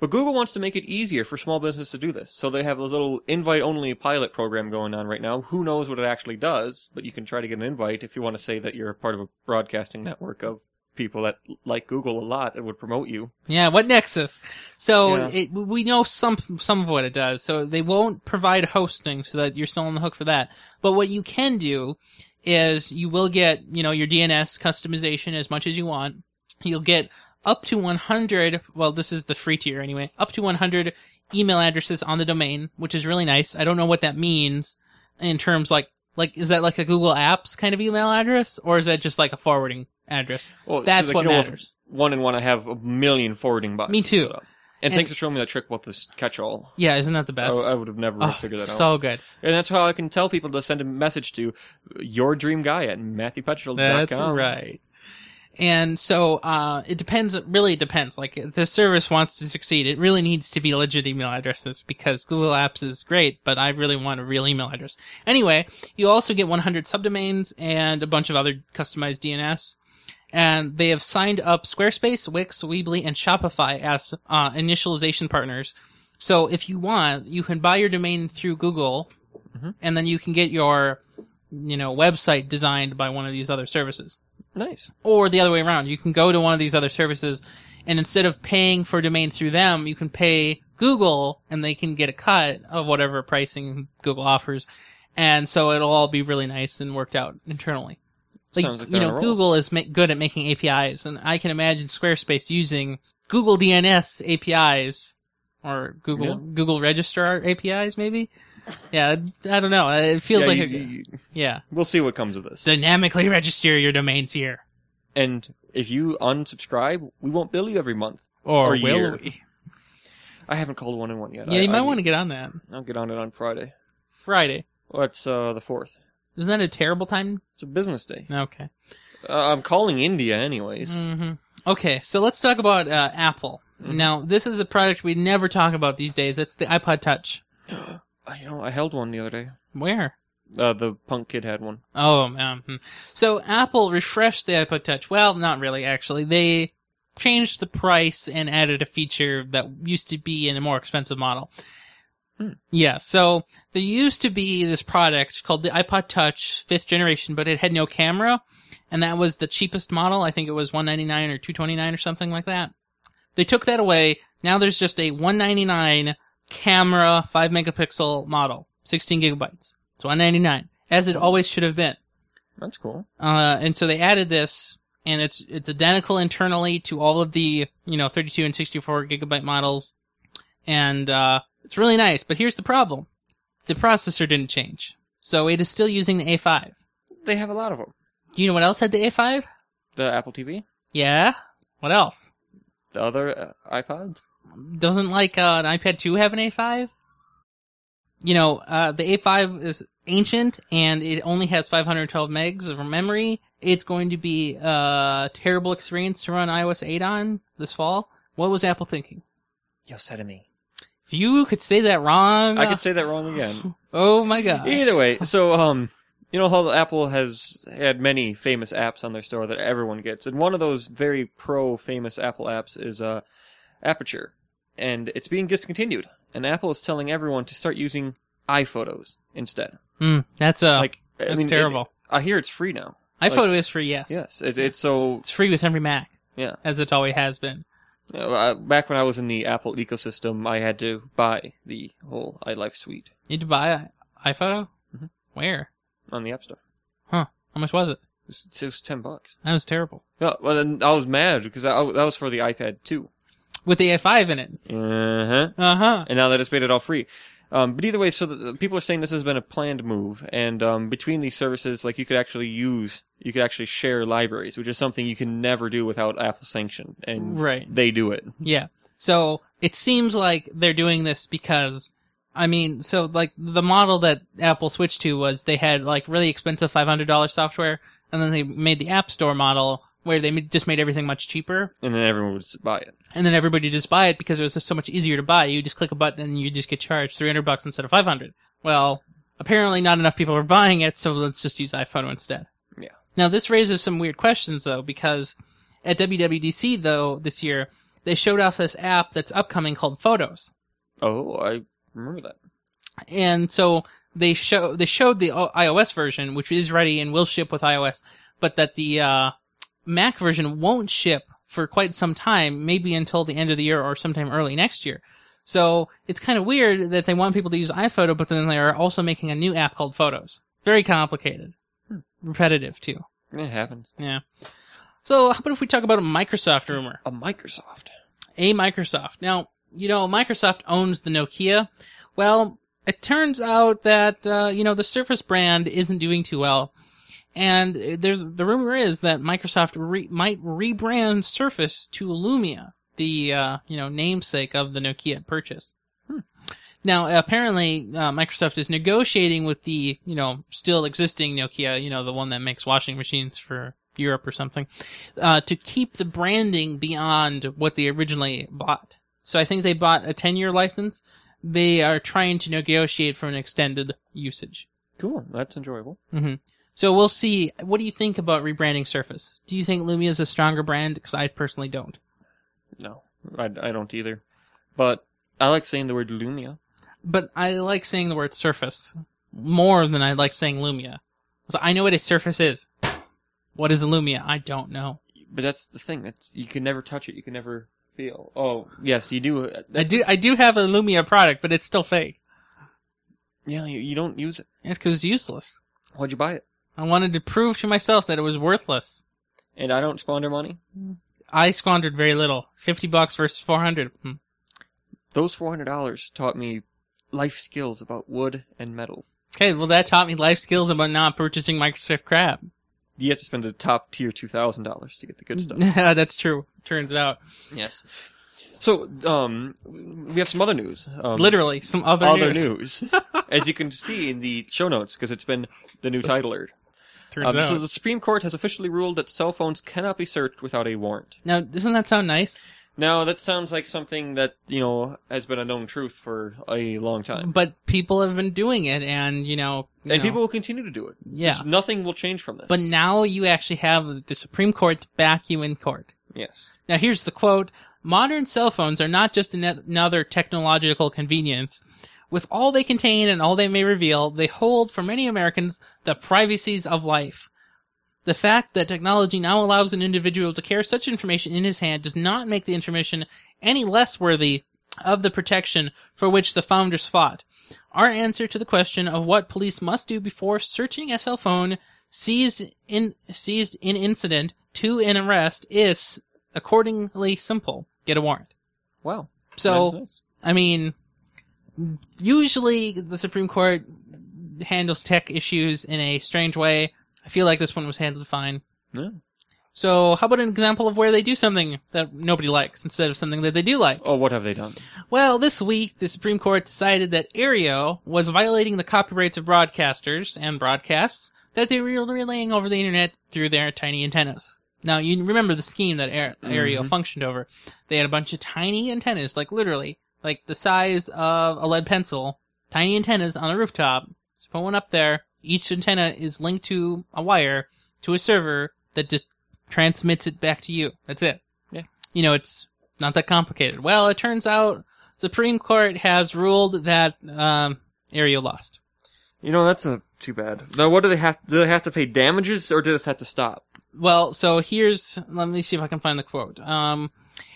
But Google wants to make it easier for small business to do this, so they have this little invite-only pilot program going on right now. Who knows what it actually does? But you can try to get an invite if you want to say that you're part of a broadcasting network of people that like Google a lot and would promote you. Yeah, what Nexus? So Yeah. it, we know some some of what it does. So they won't provide hosting, so that you're still on the hook for that. But what you can do is you will get you know your DNS customization as much as you want. You'll get up to 100. Well, this is the free tier anyway. Up to 100 email addresses on the domain, which is really nice. I don't know what that means in terms like like is that like a Google Apps kind of email address, or is that just like a forwarding address? Well, it's That's like, what you know, matters. One and one, I have a million forwarding boxes. Me too. set up. And, And- thanks for showing me that trick about this catch-all. Yeah, isn't that the I, best? I would have never Oh, figured that it's out. so good. and that's how I can tell people to send a message to your dream guy at matthewpetrel.com. That's right. And so uh, it depends. It really depends. Like if the service wants to succeed, it really needs to be legit email addresses because Google Apps is great, but I really want a real email address. Anyway, you also get 100 subdomains and a bunch of other customized DNS. And they have signed up Squarespace, Wix, Weebly, and Shopify as uh, initialization partners. So if you want, you can buy your domain through Google, Mhm. and then you can get your you know website designed by one of these other services Nice. or the other way around you can go to one of these other services and instead of paying for a domain through them you can pay google and they can get a cut of whatever pricing google offers and so it'll all be really nice and worked out internally Sounds like you they're on a know roll. google is ma- good at making apis and i can imagine squarespace using google dns apis or google Yeah. google registrar apis maybe yeah i don't know it feels Yeah, like you- a, you- you- yeah we'll see what comes of this. dynamically register your domains here. And if you unsubscribe, we won't bill you every month. Or Or, will year. we? I haven't called one in one yet. Yeah, I, you might I, want to get on that. I'll get on it on Friday. Friday. Well, it's uh, the fourth. Isn't that a terrible time? It's a business day. Okay. Uh, I'm calling India anyways. hmm Okay, so let's talk about uh, Apple. Mhm. Now, this is a product we never talk about these days. That's the iPod Touch. Mm. I, you know, I held one the other day. Where? Uh, the punk kid had one. Oh, man. Hmm. So Apple refreshed the iPod Touch. Well, not really, actually. They changed the price and added a feature that used to be in a more expensive model. Hmm. Yeah, so there used to be this product called the iPod Touch 5th generation, but it had no camera, and that was the cheapest model. I think it was 199 or 229 or something like that. They took that away. Now there's just a 199 camera 5 megapixel model, 16 gigabytes. It's 199 as it always should have been. That's cool. Uh, and so they added this, and it's it's identical internally to all of the you know 32 and 64 gigabyte models, and uh, it's really nice. But here's the problem: the processor didn't change, so it is still using the A5. They have a lot of them. Do you know what else had the A5? The Apple TV, Yeah. What else? the other uh, iPods. Doesn't like uh, an iPad 2 have an A5? you know, uh, the A5 is ancient and it only has 512 megs of memory. It's going to be a terrible experience to run iOS 8 on this fall. What was Apple thinking? Yosemite. If you could say that wrong. uh, I could say that wrong again. oh my god. Either way, so um, you know how Apple has had many famous apps on their store that everyone gets, and one of those very pro famous Apple apps is uh, Aperture, and it's being discontinued. And Apple is telling everyone to start using iPhotos instead. Mm, that's uh, Like I that's mean, it- terrible. I hear it's free now. iPhoto is free, yes. Yes, it, it's so It's free with every Mac, yeah. as it always has been. You know, I- back when I was in the Apple ecosystem, I had to buy the whole iLife suite You need to buy i- iPhoto? Mhm. Where? on the App Store. How much was it? It was, it was ten bucks. That was terrible. Yeah, well, and I was mad because I, I- that was for the iPad too. With the A5 in it. Uh huh. Uh huh. and now they just made it all free. Um, but either way, so the, the people are saying this has been a planned move, and um, between these services, like you could actually use, you could actually share libraries, which is something you can never do without Apple sanction, and Right. they do it. Yeah. So it seems like they're doing this because, I mean, so like the model that Apple switched to was they had like really expensive $500 software, and then they made the App Store model where they ma- just made everything much cheaper, And then everyone would just buy it. and then everybody just buy it because it was just so much easier to buy. You just click a button and you just get charged 300 bucks instead of 500. Well, apparently not enough people are buying it, so let's just use iPhoto instead. Yeah. Now this raises some weird questions though because at WWDC though this year they showed off this app that's upcoming called Photos. Oh, I remember that. And so they show they showed the o- iOS version which is ready and will ship with iOS, but that the uh, Mac version won't ship for quite some time, maybe until the end of the year or sometime early next year. So it's kind of weird that they want people to use iPhoto, but then they are also making a new app called Photos. Very complicated, repetitive too. It happened. Yeah. So how about if we talk about a Microsoft rumor? A Microsoft. a Microsoft. Now, you know, Microsoft owns the Nokia. Well, it turns out that, uh, you know, the Surface brand isn't doing too well. And uh, there's, the rumor is that Microsoft re- might rebrand Surface to Lumia, the, uh, you know, namesake of the Nokia purchase. Hmm. Now, apparently, uh, Microsoft is negotiating with the, you know, still existing Nokia, you know, the one that makes washing machines for Europe or something, uh, to keep the branding beyond what they originally bought. So I think they bought a 10 year license. They are trying to negotiate for an extended usage. Cool. That's enjoyable. hmm So we'll see. What do you think about rebranding Surface? Do you think Lumia is a stronger brand? Because I personally don't. No, I, I don't either. But I like saying the word Lumia. But I like saying the word Surface more than I like saying Lumia. 'Cause I know what a Surface is. What is a Lumia? I don't know. But that's the thing. That's you can never touch it. You can never feel. Oh, yes, you do. I do. I do have a Lumia product, but it's still fake. Yeah, you, you don't use it. It's because it's useless. Why'd you buy it? I wanted to prove to myself that it was worthless. And I don't squander money. I squandered very little. Fifty bucks versus four hundred. Hmm. Those four hundred dollars taught me life skills about wood and metal. Okay, well that taught me life skills about not purchasing Microsoft crap. You have to spend a top tier two thousand dollars to get the good stuff. That's true. Turns out, yes. So, um, we have some other news. Um, literally some other, other news. news, as you can see in the show notes, because it's been the new title alert. Turns Um, out. so the Supreme Court has officially ruled that cell phones cannot be searched without a warrant. now, doesn't that sound nice? Now, that sounds like something that you know has been a known truth for a long time, But people have been doing it, and you know, you and know, people will continue to do it. yeah. There's- nothing will change from this. But now you actually have the Supreme Court to back you in court. yes. Now, here's the quote Modern cell phones are not just ano- another technological convenience. With all they contain and all they may reveal, they hold for many Americans the privacies of life. The fact that technology now allows an individual to carry such information in his hand does not make the information any less worthy of the protection for which the founders fought. Our answer to the question of what police must do before searching a cell phone seized in seized in incident to an arrest is accordingly simple. Get a warrant. Wow. So That is nice. I mean, usually the Supreme Court handles tech issues in a strange way. I feel like this one was handled fine. Yeah. So, how about an example of where they do something that nobody likes instead of something that they do like? Oh, what have they done? Well, this week, the Supreme Court decided that Aereo was violating the copyrights of broadcasters and broadcasts that they were relaying over the internet through their tiny antennas. Now, you remember the scheme that Aer- Aereo Mhm. functioned over. They had a bunch of tiny antennas, like literally, like the size of a lead pencil, tiny antennas on the rooftop. Just put one up there. Each antenna is linked to a wire to a server that just transmits it back to you. That's it. Yeah. You know, it's not that complicated. Well, it turns out Supreme Court has ruled that um, Aereo lost. You know, that's a, too bad. Now, what do they have? Do they have to pay damages, or do this have to stop? Well, so here's let me see if I can find the quote. Um,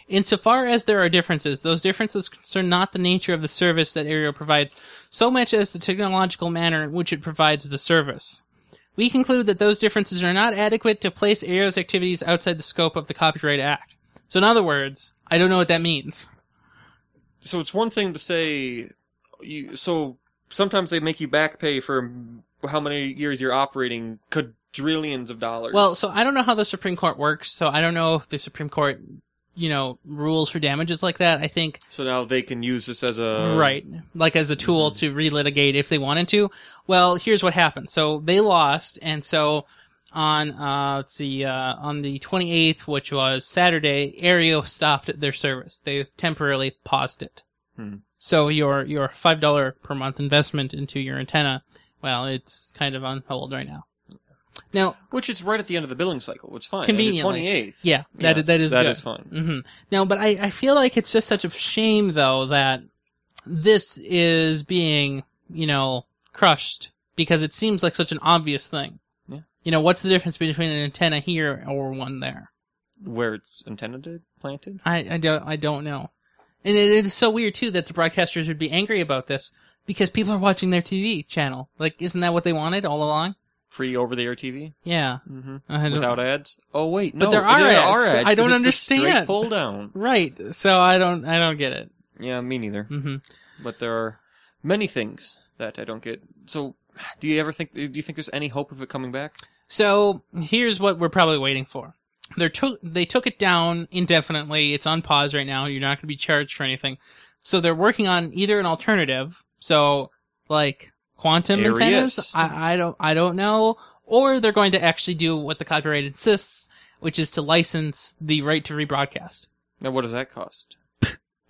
insofar as there are differences, those differences concern not the nature of the service that Aereo provides, so much as the technological manner in which it provides the service. We conclude that those differences are not adequate to place Aereo's activities outside the scope of the Copyright Act. So, in other words, I don't know what that means. So it's one thing to say, you, so sometimes they make you back pay for how many years you're operating quadrillions of dollars. Well, so I don't know how the Supreme Court works, so I don't know if the Supreme Court, you know, rules for damages like that. I think so now they can use this as a right like as a mm-hmm. tool to relitigate if they wanted to well here's what happened so they lost and so on uh let's see uh on the 28th which was saturday aereo stopped their service they temporarily paused it Hmm. so your your five dollar per month investment into your antenna well it's kind of on hold right now now which is right at the end of the billing cycle. It's fine. Conveniently. twenty eighth. yeah that that is that good. is fine. hmm Now, but I, I feel like it's just such a shame, though, that this is being, you know, crushed because it seems like such an obvious thing. Yeah. You know, what's the difference between an antenna here or one there? Where it's intended, planted. I, I don't I don't know. And it, it is so weird too that the broadcasters would be angry about this because people are watching their TV channel. Like, isn't that what they wanted all along? Free over the air TV Yeah. mm-hmm. I don't- without ads. Oh wait, But no, there are ads. are ads. I don't because it's a straight understand. Pull down. Right. So I don't I don't get it. Yeah, me neither. hmm But there are many things that I don't get. So, do you ever think? Do you think there's any hope of it coming back? So here's what we're probably waiting for. They took they took it down indefinitely. It's on pause right now. You're not going to be charged for anything. So they're working on either an alternative. So like quantum Areas. antennas. I, I don't I don't know. Or they're going to actually do what the copyright insists, which is to license the right to rebroadcast. Now, what does that cost?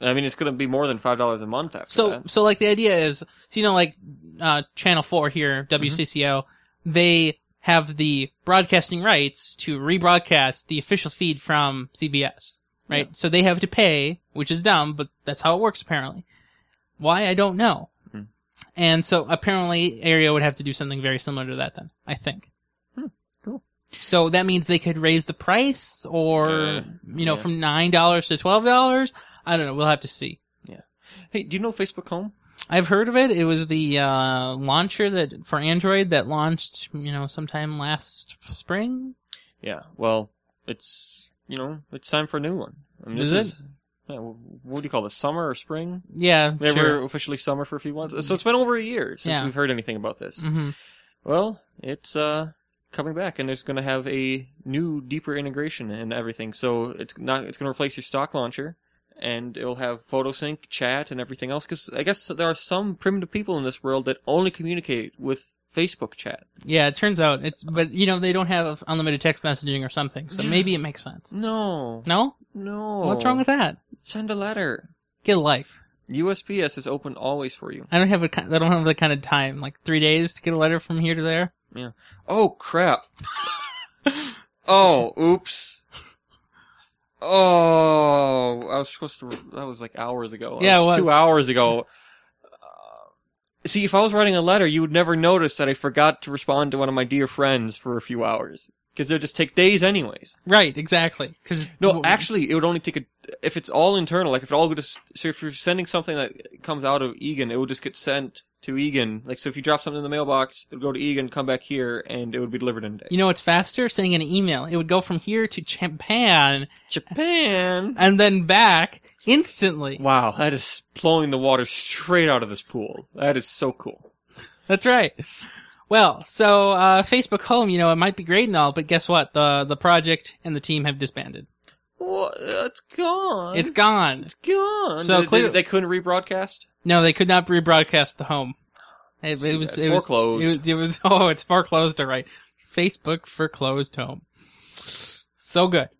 I mean, it's going to be more than five dollars a month after So that. so like the idea is, so, you know, like uh, Channel Four Mm-hmm. here, WCCO, they have the broadcasting rights to rebroadcast the official feed from CBS, right? So they have to pay, which is dumb, but that's how it works apparently. Why I don't know. Mhm. And so apparently, Aereo would have to do something very similar to that. Then I think. Hmm, cool. So that means they could raise the price, or Uh, you know, yeah. from nine dollars to twelve dollars. I don't know. We'll have to see. Hey, do you know Facebook Home? I've heard of it. It was the uh, launcher that for Android that launched, you know, sometime last spring. Yeah. Well, it's you know it's time for a new one. I mean, Is this it? is- yeah, wh- what do you call this? Summer or spring? Yeah, They sure. were officially summer for a few months. So it's been over a year since Yeah. we've heard anything about this. hmm Well, it's uh coming back and it's going to have a new deeper integration and everything. So it's not it's going to replace your stock launcher and it'll have photosync, chat and everything else cuz I guess there are some primitive people in this world that only communicate with Facebook chat. Yeah, it turns out it's, but you know, they don't have unlimited text messaging or something, so maybe it makes sense. No. No, No. what's wrong with that? send a letter? Get a life. USPS is open always for you. I don't have a, ki- I don't have the kind of time, like three days to get a letter from here to there. Oh crap. oh, oops. Oh, I was supposed to. That was like hours ago. That Yeah, it was was. two hours ago. Uh, See, if I was writing a letter, you would never notice that I forgot to respond to one of my dear friends for a few hours because they'll just take days, anyways. Right, exactly. Because No, actually, it would only take a. If it's all internal, like if it all just so if you're sending something that comes out of Egan, it will just get sent to Egan. Like so, if you drop something in the mailbox, it would go to Egan, come back here, and it would be delivered in a day. you know what's faster? Sending an email. It would go from here to Japan Japan. and then back instantly. Wow, that is blowing the water straight out of this pool. That is so cool. That's right. Well, so uh, Facebook Home, you know, it might be great and all, but guess what? The the project and the team have disbanded. Well, it's gone. It's gone. It's gone. So So they, clear- they, they couldn't rebroadcast. No, they could not rebroadcast the home. It, it was bad. it was- Foreclosed. It was, it was oh, it's foreclosed. All right, Facebook foreclosed home. So good.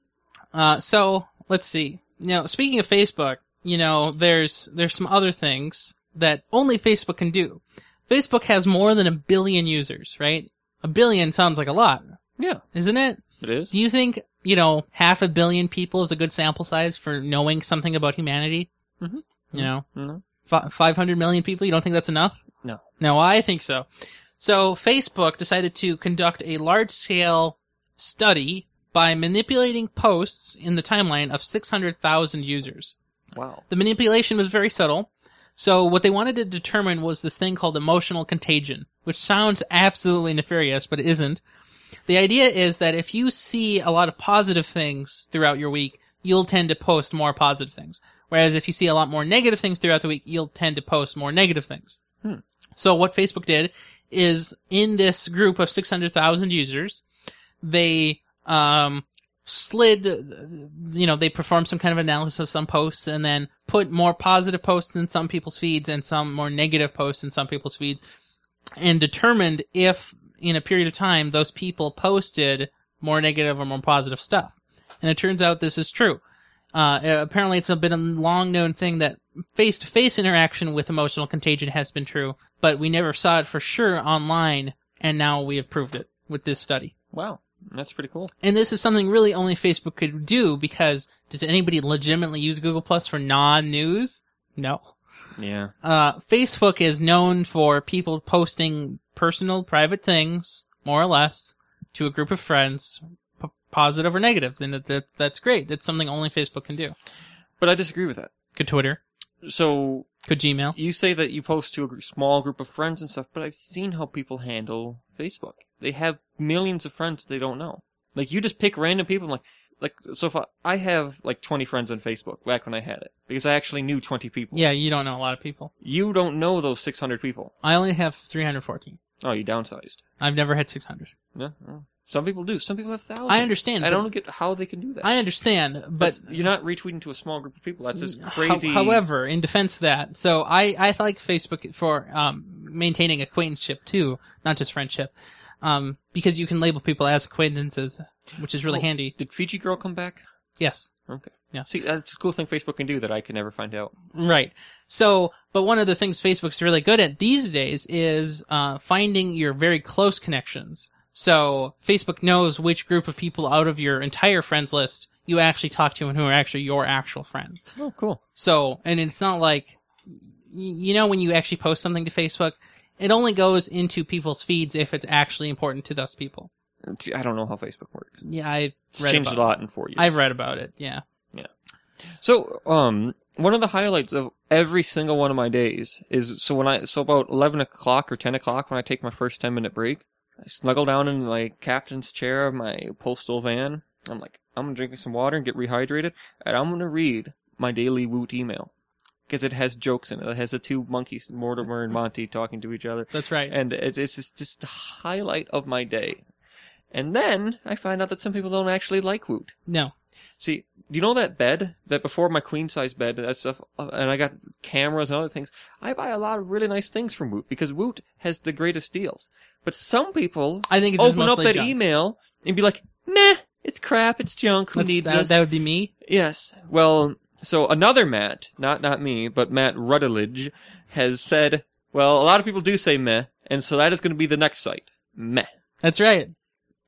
Uh, so let's see. Now, speaking of Facebook, you know, there's there's some other things that only Facebook can do. Facebook has more than a billion users, right? A billion sounds like a lot, Yeah, isn't it? it is. Do you think, you know, half a billion people is a good sample size for knowing something about humanity? Mhm. You know? Mhm. Fi 500 million people? You don't think that's enough? No. No, I think so. So, Facebook decided to conduct a large scale study by manipulating posts in the timeline of 600,000 users. Wow. The manipulation was very subtle. So what they wanted to determine was this thing called emotional contagion, which sounds absolutely nefarious, but it isn't. The idea is that if you see a lot of positive things throughout your week, you'll tend to post more positive things. Whereas if you see a lot more negative things throughout the week, you'll tend to post more negative things. Hmm. So what Facebook did is in this group of 600,000 users, they, um, slid you know they performed some kind of analysis on posts and then put more positive posts in some people's feeds and some more negative posts in some people's feeds and determined if in a period of time those people posted more negative or more positive stuff and it turns out this is true uh, apparently it's been a long known thing that face-to-face interaction with emotional contagion has been true but we never saw it for sure online and now we have proved it with this study Wow. That's pretty cool. and this is something really only Facebook could do because does anybody legitimately use Google Plus for non-news? No. Yeah. Uh, Facebook is known for people posting personal, private things, more or less, to a group of friends, p- positive or negative. Then that, that, that's great. That's something only Facebook can do. But I disagree with that. Could Twitter, So could Gmail. you say that you post to a gr- small group of friends and stuff, but I've seen how people handle Facebook. They have millions of friends they don't know. Like you just pick random people, and like like so. If I, I have like twenty friends on Facebook back when I had it, because I actually knew twenty people. Yeah, you don't know a lot of people. You don't know those six hundred people. I only have 314. Oh, you downsized. I've never had 600. Yeah. yeah. Some people do. Some people have thousands. I understand, I but- don't get how they can do that. I understand, but That's- you're not retweeting to a small group of people. That's just Ho- crazy. however, in defense of that, so I I like Facebook for um, maintaining acquaintanceship too, not just friendship, um, because you can label people as acquaintances, which is really Oh. handy. did Fiji Girl come back? Yes, See, that's a cool thing Facebook can do that I can never find out. right. So, but one of the things Facebook's really good at these days is uh, finding your very close connections. So Facebook knows which group of people out of your entire friends list you actually talk to and who are actually your actual friends. Oh, cool. So, and it's not like, y- you know, when you actually post something to Facebook, it only goes into people's feeds if it's actually important to those people. See, I don't know how Facebook works. Yeah, I It's Read changed about a lot in four years. I've read about it. Yeah, So, um, one of the highlights of every single one of my days is so when I so about eleven o'clock or ten o'clock when I take my first ten minute break, I snuggle down in my captain's chair of my postal van. I'm like, I'm gonna drink me some water and get rehydrated, and I'm gonna read my daily Woot email because it has jokes in it. It has the two monkeys, Mortimer and Monty, talking to each other. that's right. and it's it's just, just the highlight of my day. And then I find out that some people don't actually like Woot. No, See, do you know that bed that before my queen size bed and that stuff, uh, and I got cameras and other things. I buy a lot of really nice things from Woot because Woot has the greatest deals. But some people I think it's just open up mostly that junk. email and be like, "Meh, it's crap, it's junk. Who That's- needs that, this?" That would be me. Yes. Well, so another Matt, not not me, but Matt Rutledge, has said, well, a lot of people do say meh, and so that is going to be the next site. Meh. That's right.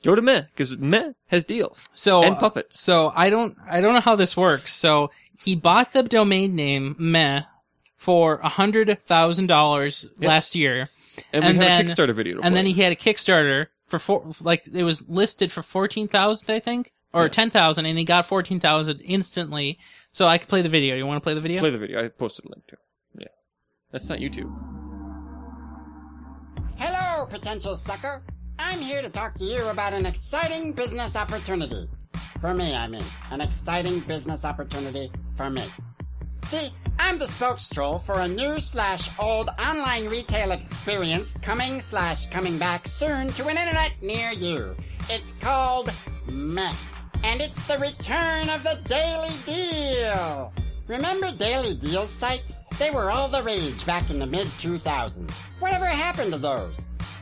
Go to meh, because meh has deals So and uh, puppets. So I don't I don't know how this works. So he bought the domain name meh for a hundred thousand dollars Yeah. last year. And we have and then- a Kickstarter video. To and then play. he had a Kickstarter for four, like it was listed for fourteen thousand, I think, or Yeah. ten thousand, and he got fourteen thousand instantly. So I could play the video. You want to play the video? play the video. I posted a link to. it. Yeah, that's not YouTube. Hello, potential sucker. I'm here to talk to you about an exciting business opportunity. For me, I mean. An exciting business opportunity for me. See, I'm the spokes troll for a new slash old online retail experience coming slash coming back soon to an internet near you. It's called Meh. And it's the return of the Daily Deal. Remember Daily Deal sites? They were all the rage back in the mid 2000s. Whatever happened to those?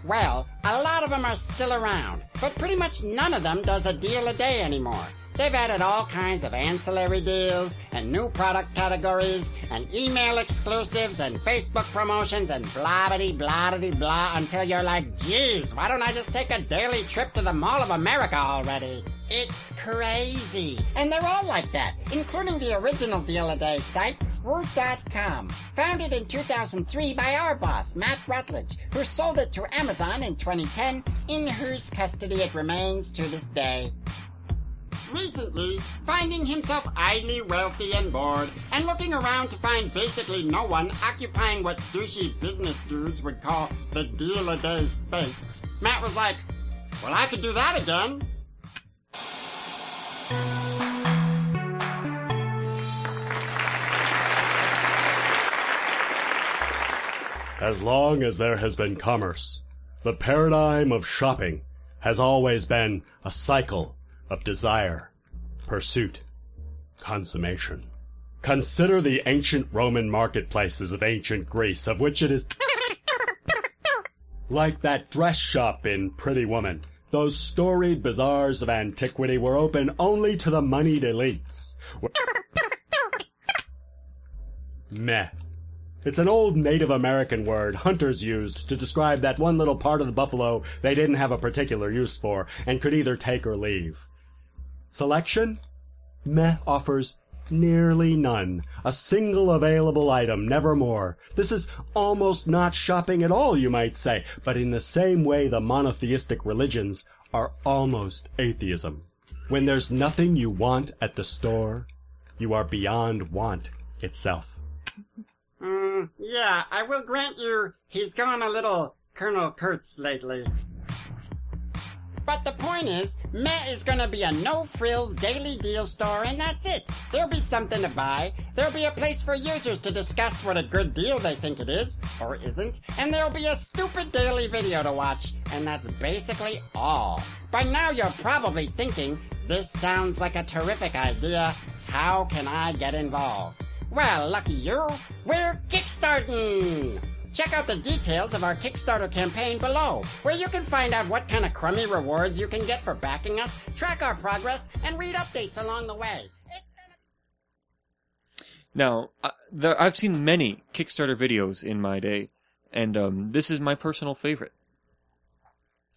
Well, a lot of them are still around, but pretty much none of them does a deal a day anymore. They've added all kinds of ancillary deals and new product categories and email exclusives and Facebook promotions and blah bitty blah bitty blah until you're like, geez, why don't I just take a daily trip to the Mall of America already? It's crazy. And they're all like that, including the original deal a day site. Root.com, founded in 2003 by our boss, Matt Rutledge, who sold it to Amazon in 2010, in whose custody it remains to this day. Recently, finding himself idly wealthy and bored, and looking around to find basically no one occupying what douchey business dudes would call the deal a day space, Matt was like, Well, I could do that again. As long as there has been commerce, the paradigm of shopping has always been a cycle of desire, pursuit, consummation. Consider the ancient Roman marketplaces of ancient Greece, of which it is like that dress shop in Pretty Woman. Those storied bazaars of antiquity were open only to the moneyed elites. Meh. It's an old Native American word hunters used to describe that one little part of the buffalo they didn't have a particular use for and could either take or leave. Selection? Meh offers nearly none. A single available item, never more. This is almost not shopping at all, you might say, but in the same way the monotheistic religions are almost atheism. When there's nothing you want at the store, you are beyond want itself. Mm, yeah, I will grant you he's gone a little Colonel Kurtz lately. But the point is, Met is gonna be a no frills daily deal store and that's it. There'll be something to buy, there'll be a place for users to discuss what a good deal they think it is, or isn't, and there'll be a stupid daily video to watch, and that's basically all. By now you're probably thinking, this sounds like a terrific idea, how can I get involved? Well, lucky you, we're kickstarting! Check out the details of our Kickstarter campaign below, where you can find out what kind of crummy rewards you can get for backing us, track our progress, and read updates along the way. Now, I, there, I've seen many Kickstarter videos in my day, and um, this is my personal favorite.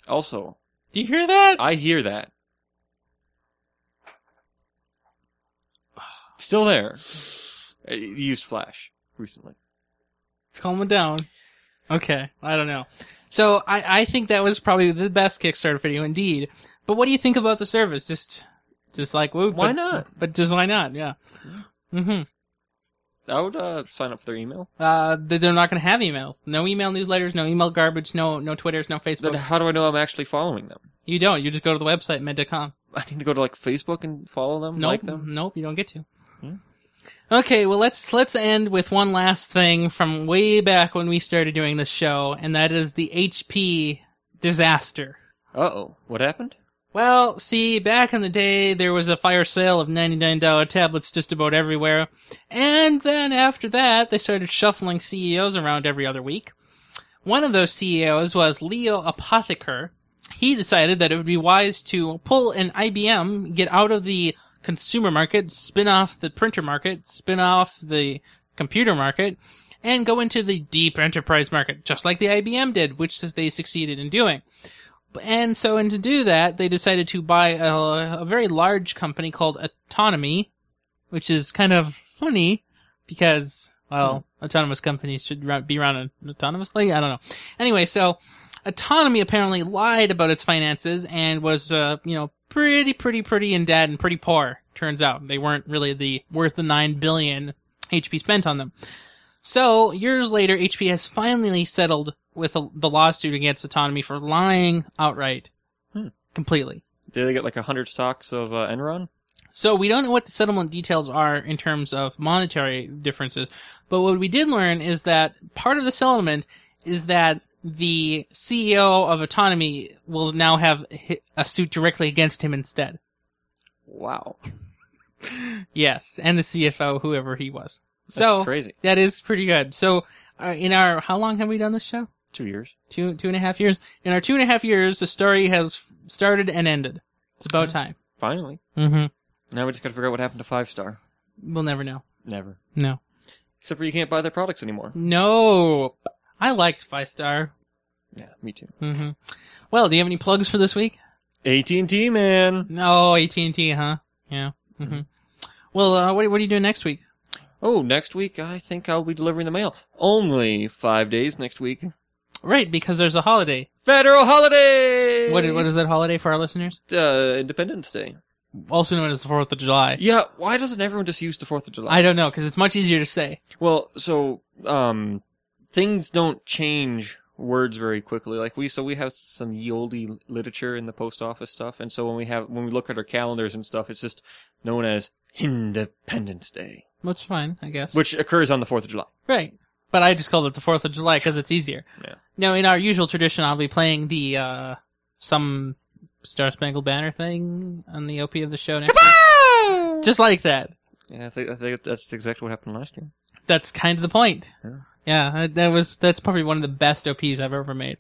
Also, Do you hear that? I hear that. Still there. It used Flash recently. It's calming down. Okay, I don't know. So I, I think that was probably the best Kickstarter video indeed. But what do you think about the service? Just, just like woo, Why but- not? But just why not? Yeah. Mm-hmm. I would uh, sign up for their email. Uh, they- they're not going to have emails. No email newsletters. No email garbage. No, no Twitters. No Then Facebooks. how do I know I'm actually following them? You don't. You just go to the website med.com. I need to go to like Facebook and follow them, Nope, like them. Nope, you don't get to. Hmm. Okay, well let's let's end with one last thing from way back when we started doing this show, and that is the HP disaster. Uh oh, what happened? Well, see, back in the day, there was a fire sale of $99 tablets just about everywhere. And then after that, they started shuffling CEOs around every other week. One of those CEOs was Leo Apotheker. He decided that it would be wise to pull an IBM, get out of the consumer market, spin off the printer market, spin off the computer market, and go into the deep enterprise market, just like the IBM did, which they succeeded in doing. And so, and to do that, they decided to buy a, a very large company called Autonomy, which is kind of funny because, well, autonomous companies should run, be run autonomously. I don't know. Anyway, so Autonomy apparently lied about its finances and was, uh, you know, pretty, pretty, pretty in debt and pretty poor. Turns out they weren't really the worth the nine billion HP spent on them. So, years later, HP has finally settled with a, the lawsuit against Autonomy for lying outright. Hmm. Completely. Did they get like a hundred stocks of uh, Enron? So we don't know what the settlement details are in terms of monetary differences, but what we did learn is that part of the settlement is that the CEO of Autonomy will now have hi- a suit directly against him instead. Wow. Yes, and the CFO, whoever he was. That's so crazy. that is pretty good. So uh, in our how long have we done this show? Two years. Two two and a half years. In our two and a half years, the story has started and ended. It's about time. Finally. hmm Now we just gotta figure out what happened to Five Star. We'll never know. Never. No. Except for you can't buy their products anymore. No. I liked Five Star. Yeah, me too. hmm Well, do you have any plugs for this week? AT&T, man. No, AT and T, huh? Yeah. hmm Well, uh, what what are you doing next week? Oh, next week I think I'll be delivering the mail. Only five days next week. Right, because there's a holiday. Federal holiday. What what is that holiday for our listeners? uh, Independence Day? Also known as the Fourth of July. Yeah. Why doesn't everyone just use the Fourth of July? I don't know because it's much easier to say. Well, so um, things don't change words very quickly. Like we, so we have some ye olde literature in the post office stuff, and so when we have when we look at our calendars and stuff, it's just known as Independence Day, Which fine, I guess. which occurs on the Fourth of July. right. But I just called it the Fourth of July because it's easier. Yeah. Now, in our usual tradition, I'll be playing the uh some Star Spangled Banner thing on the OP of the show next week. Just like that. Yeah, I think, I think that's exactly what happened last year. That's kind of the point. Yeah. Yeah, I- that was that's probably one of the best OPs I've ever made.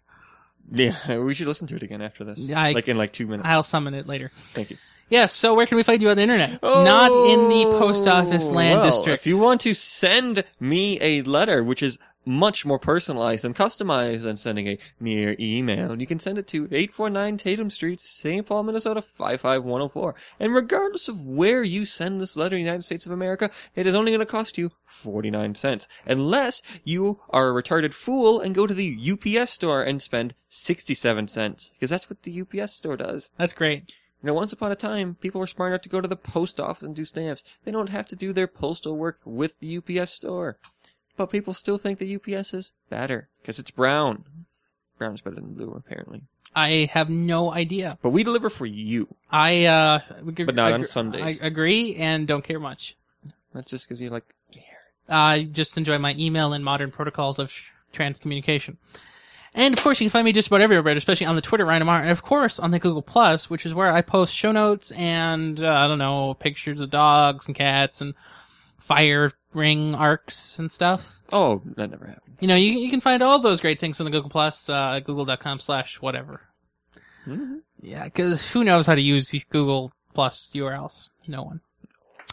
Yeah, we should listen to it again after this. I- like in like two minutes. I'll summon it later. Thank you. Yes, so where can we find you on the internet? Not in the post office land Oh, Well, district. If you want to send me a letter, which is much more personalized and customized than sending a mere email, you can send it to 849 Tatum Street, St. Paul, Minnesota 55104. And regardless of where you send this letter in the United States of America, it is only going to cost you 49 cents. Unless you are a retarded fool and go to the UPS store and spend 67 cents. Because that's what the UPS store does. That's great. You know, once upon a time, people were smart enough to go to the post office and do stamps. They don't have to do their postal work with the UPS store. But people still think the UPS is better, because it's brown. Brown is better than blue, apparently. I have no idea. But we deliver for you. I uh ag- But not on ag- Sundays. I agree and don't care much. That's just because you like, I just enjoy my email and modern protocols of sh- transcommunication. And of course, you can find me just about everywhere, but especially on the Twitter, Ryan Amar, and of course on the Google Plus, which is where I post show notes and uh, I don't know pictures of dogs and cats and fire ring arcs and stuff. oh, that never happened. You know, you, you can find all those great things on the Google Plus, uh, google.com slash whatever. Mhm. Yeah, because who knows how to use these Google Plus URLs? No one.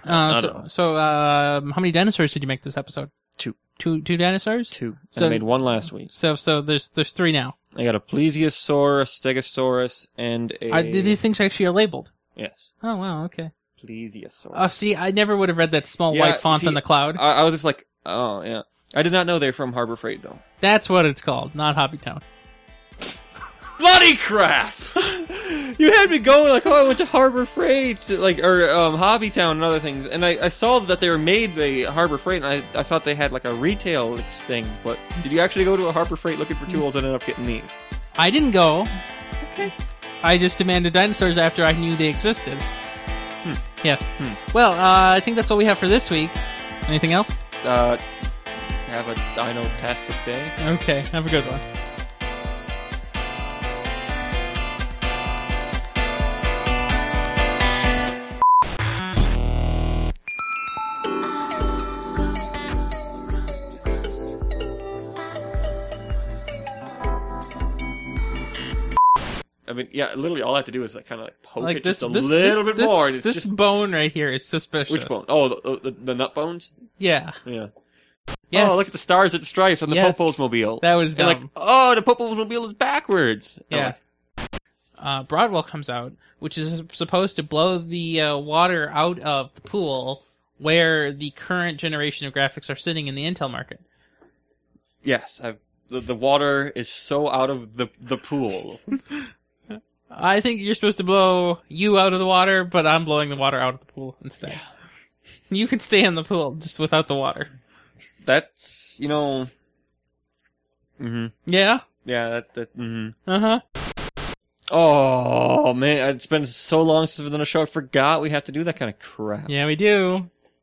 Uh, I so, don't know. so um, how many dinosaurs did you make this episode? Two. Two, two dinosaurs. Two. So- I made one last week. So, so there's there's three now. I got a plesiosaurus, stegosaurus, and a... Are, th- these things actually are labeled. Yes. Oh wow, okay. Plesiosaurus. Oh, see, I never would have read that small Yeah, white font see, uh, on the cloud. I, I was just like, oh, yeah. I did not know they're from Harbor Freight, though. That's what it's called, not Hobbytown. bloody crap! you had me going like, oh, I went to Harbor Freight, like or um, Hobbytown and other things, and I, I saw that they were made by Harbor Freight, and I, I thought they had like a retail thing. But did you actually go to a Harbor Freight looking for tools and end up getting these? I didn't go. I just demanded dinosaurs after I knew they existed. Yes. Hmm. Well, uh, I think that's all we have for this week. Anything else? Uh, have a dino-tastic day. Okay. Have a good one. I mean, yeah, literally all I have to do is like kind of like poke like it this, just a this, little this- bit this- more, and it's this just bone right here is suspicious. which bone? Oh, the, the, the nut bones. Yeah. Yeah. Yes. Oh, look at the stars at the stripes on the Yes. Popo's mobile. That was and like, dumb. oh, the Popo's mobile is backwards. And I'm yeah. like, Uh, Broadwell comes out, which is supposed to blow the uh, water out of the pool where the current generation of graphics are sitting in the Intel market. Yes, I've, the, the water is so out of the the pool. I think you're supposed to blow you out of the water, but I'm blowing the water out of the pool instead. You can stay in the pool just without the water. That's you know. Mm-hmm. Yeah. Uh-huh. Yeah, that that. Mm-hmm. Uh huh. Oh man, it's been so long since we've done a show. I forgot we have to do that kind of crap. Yeah, we do.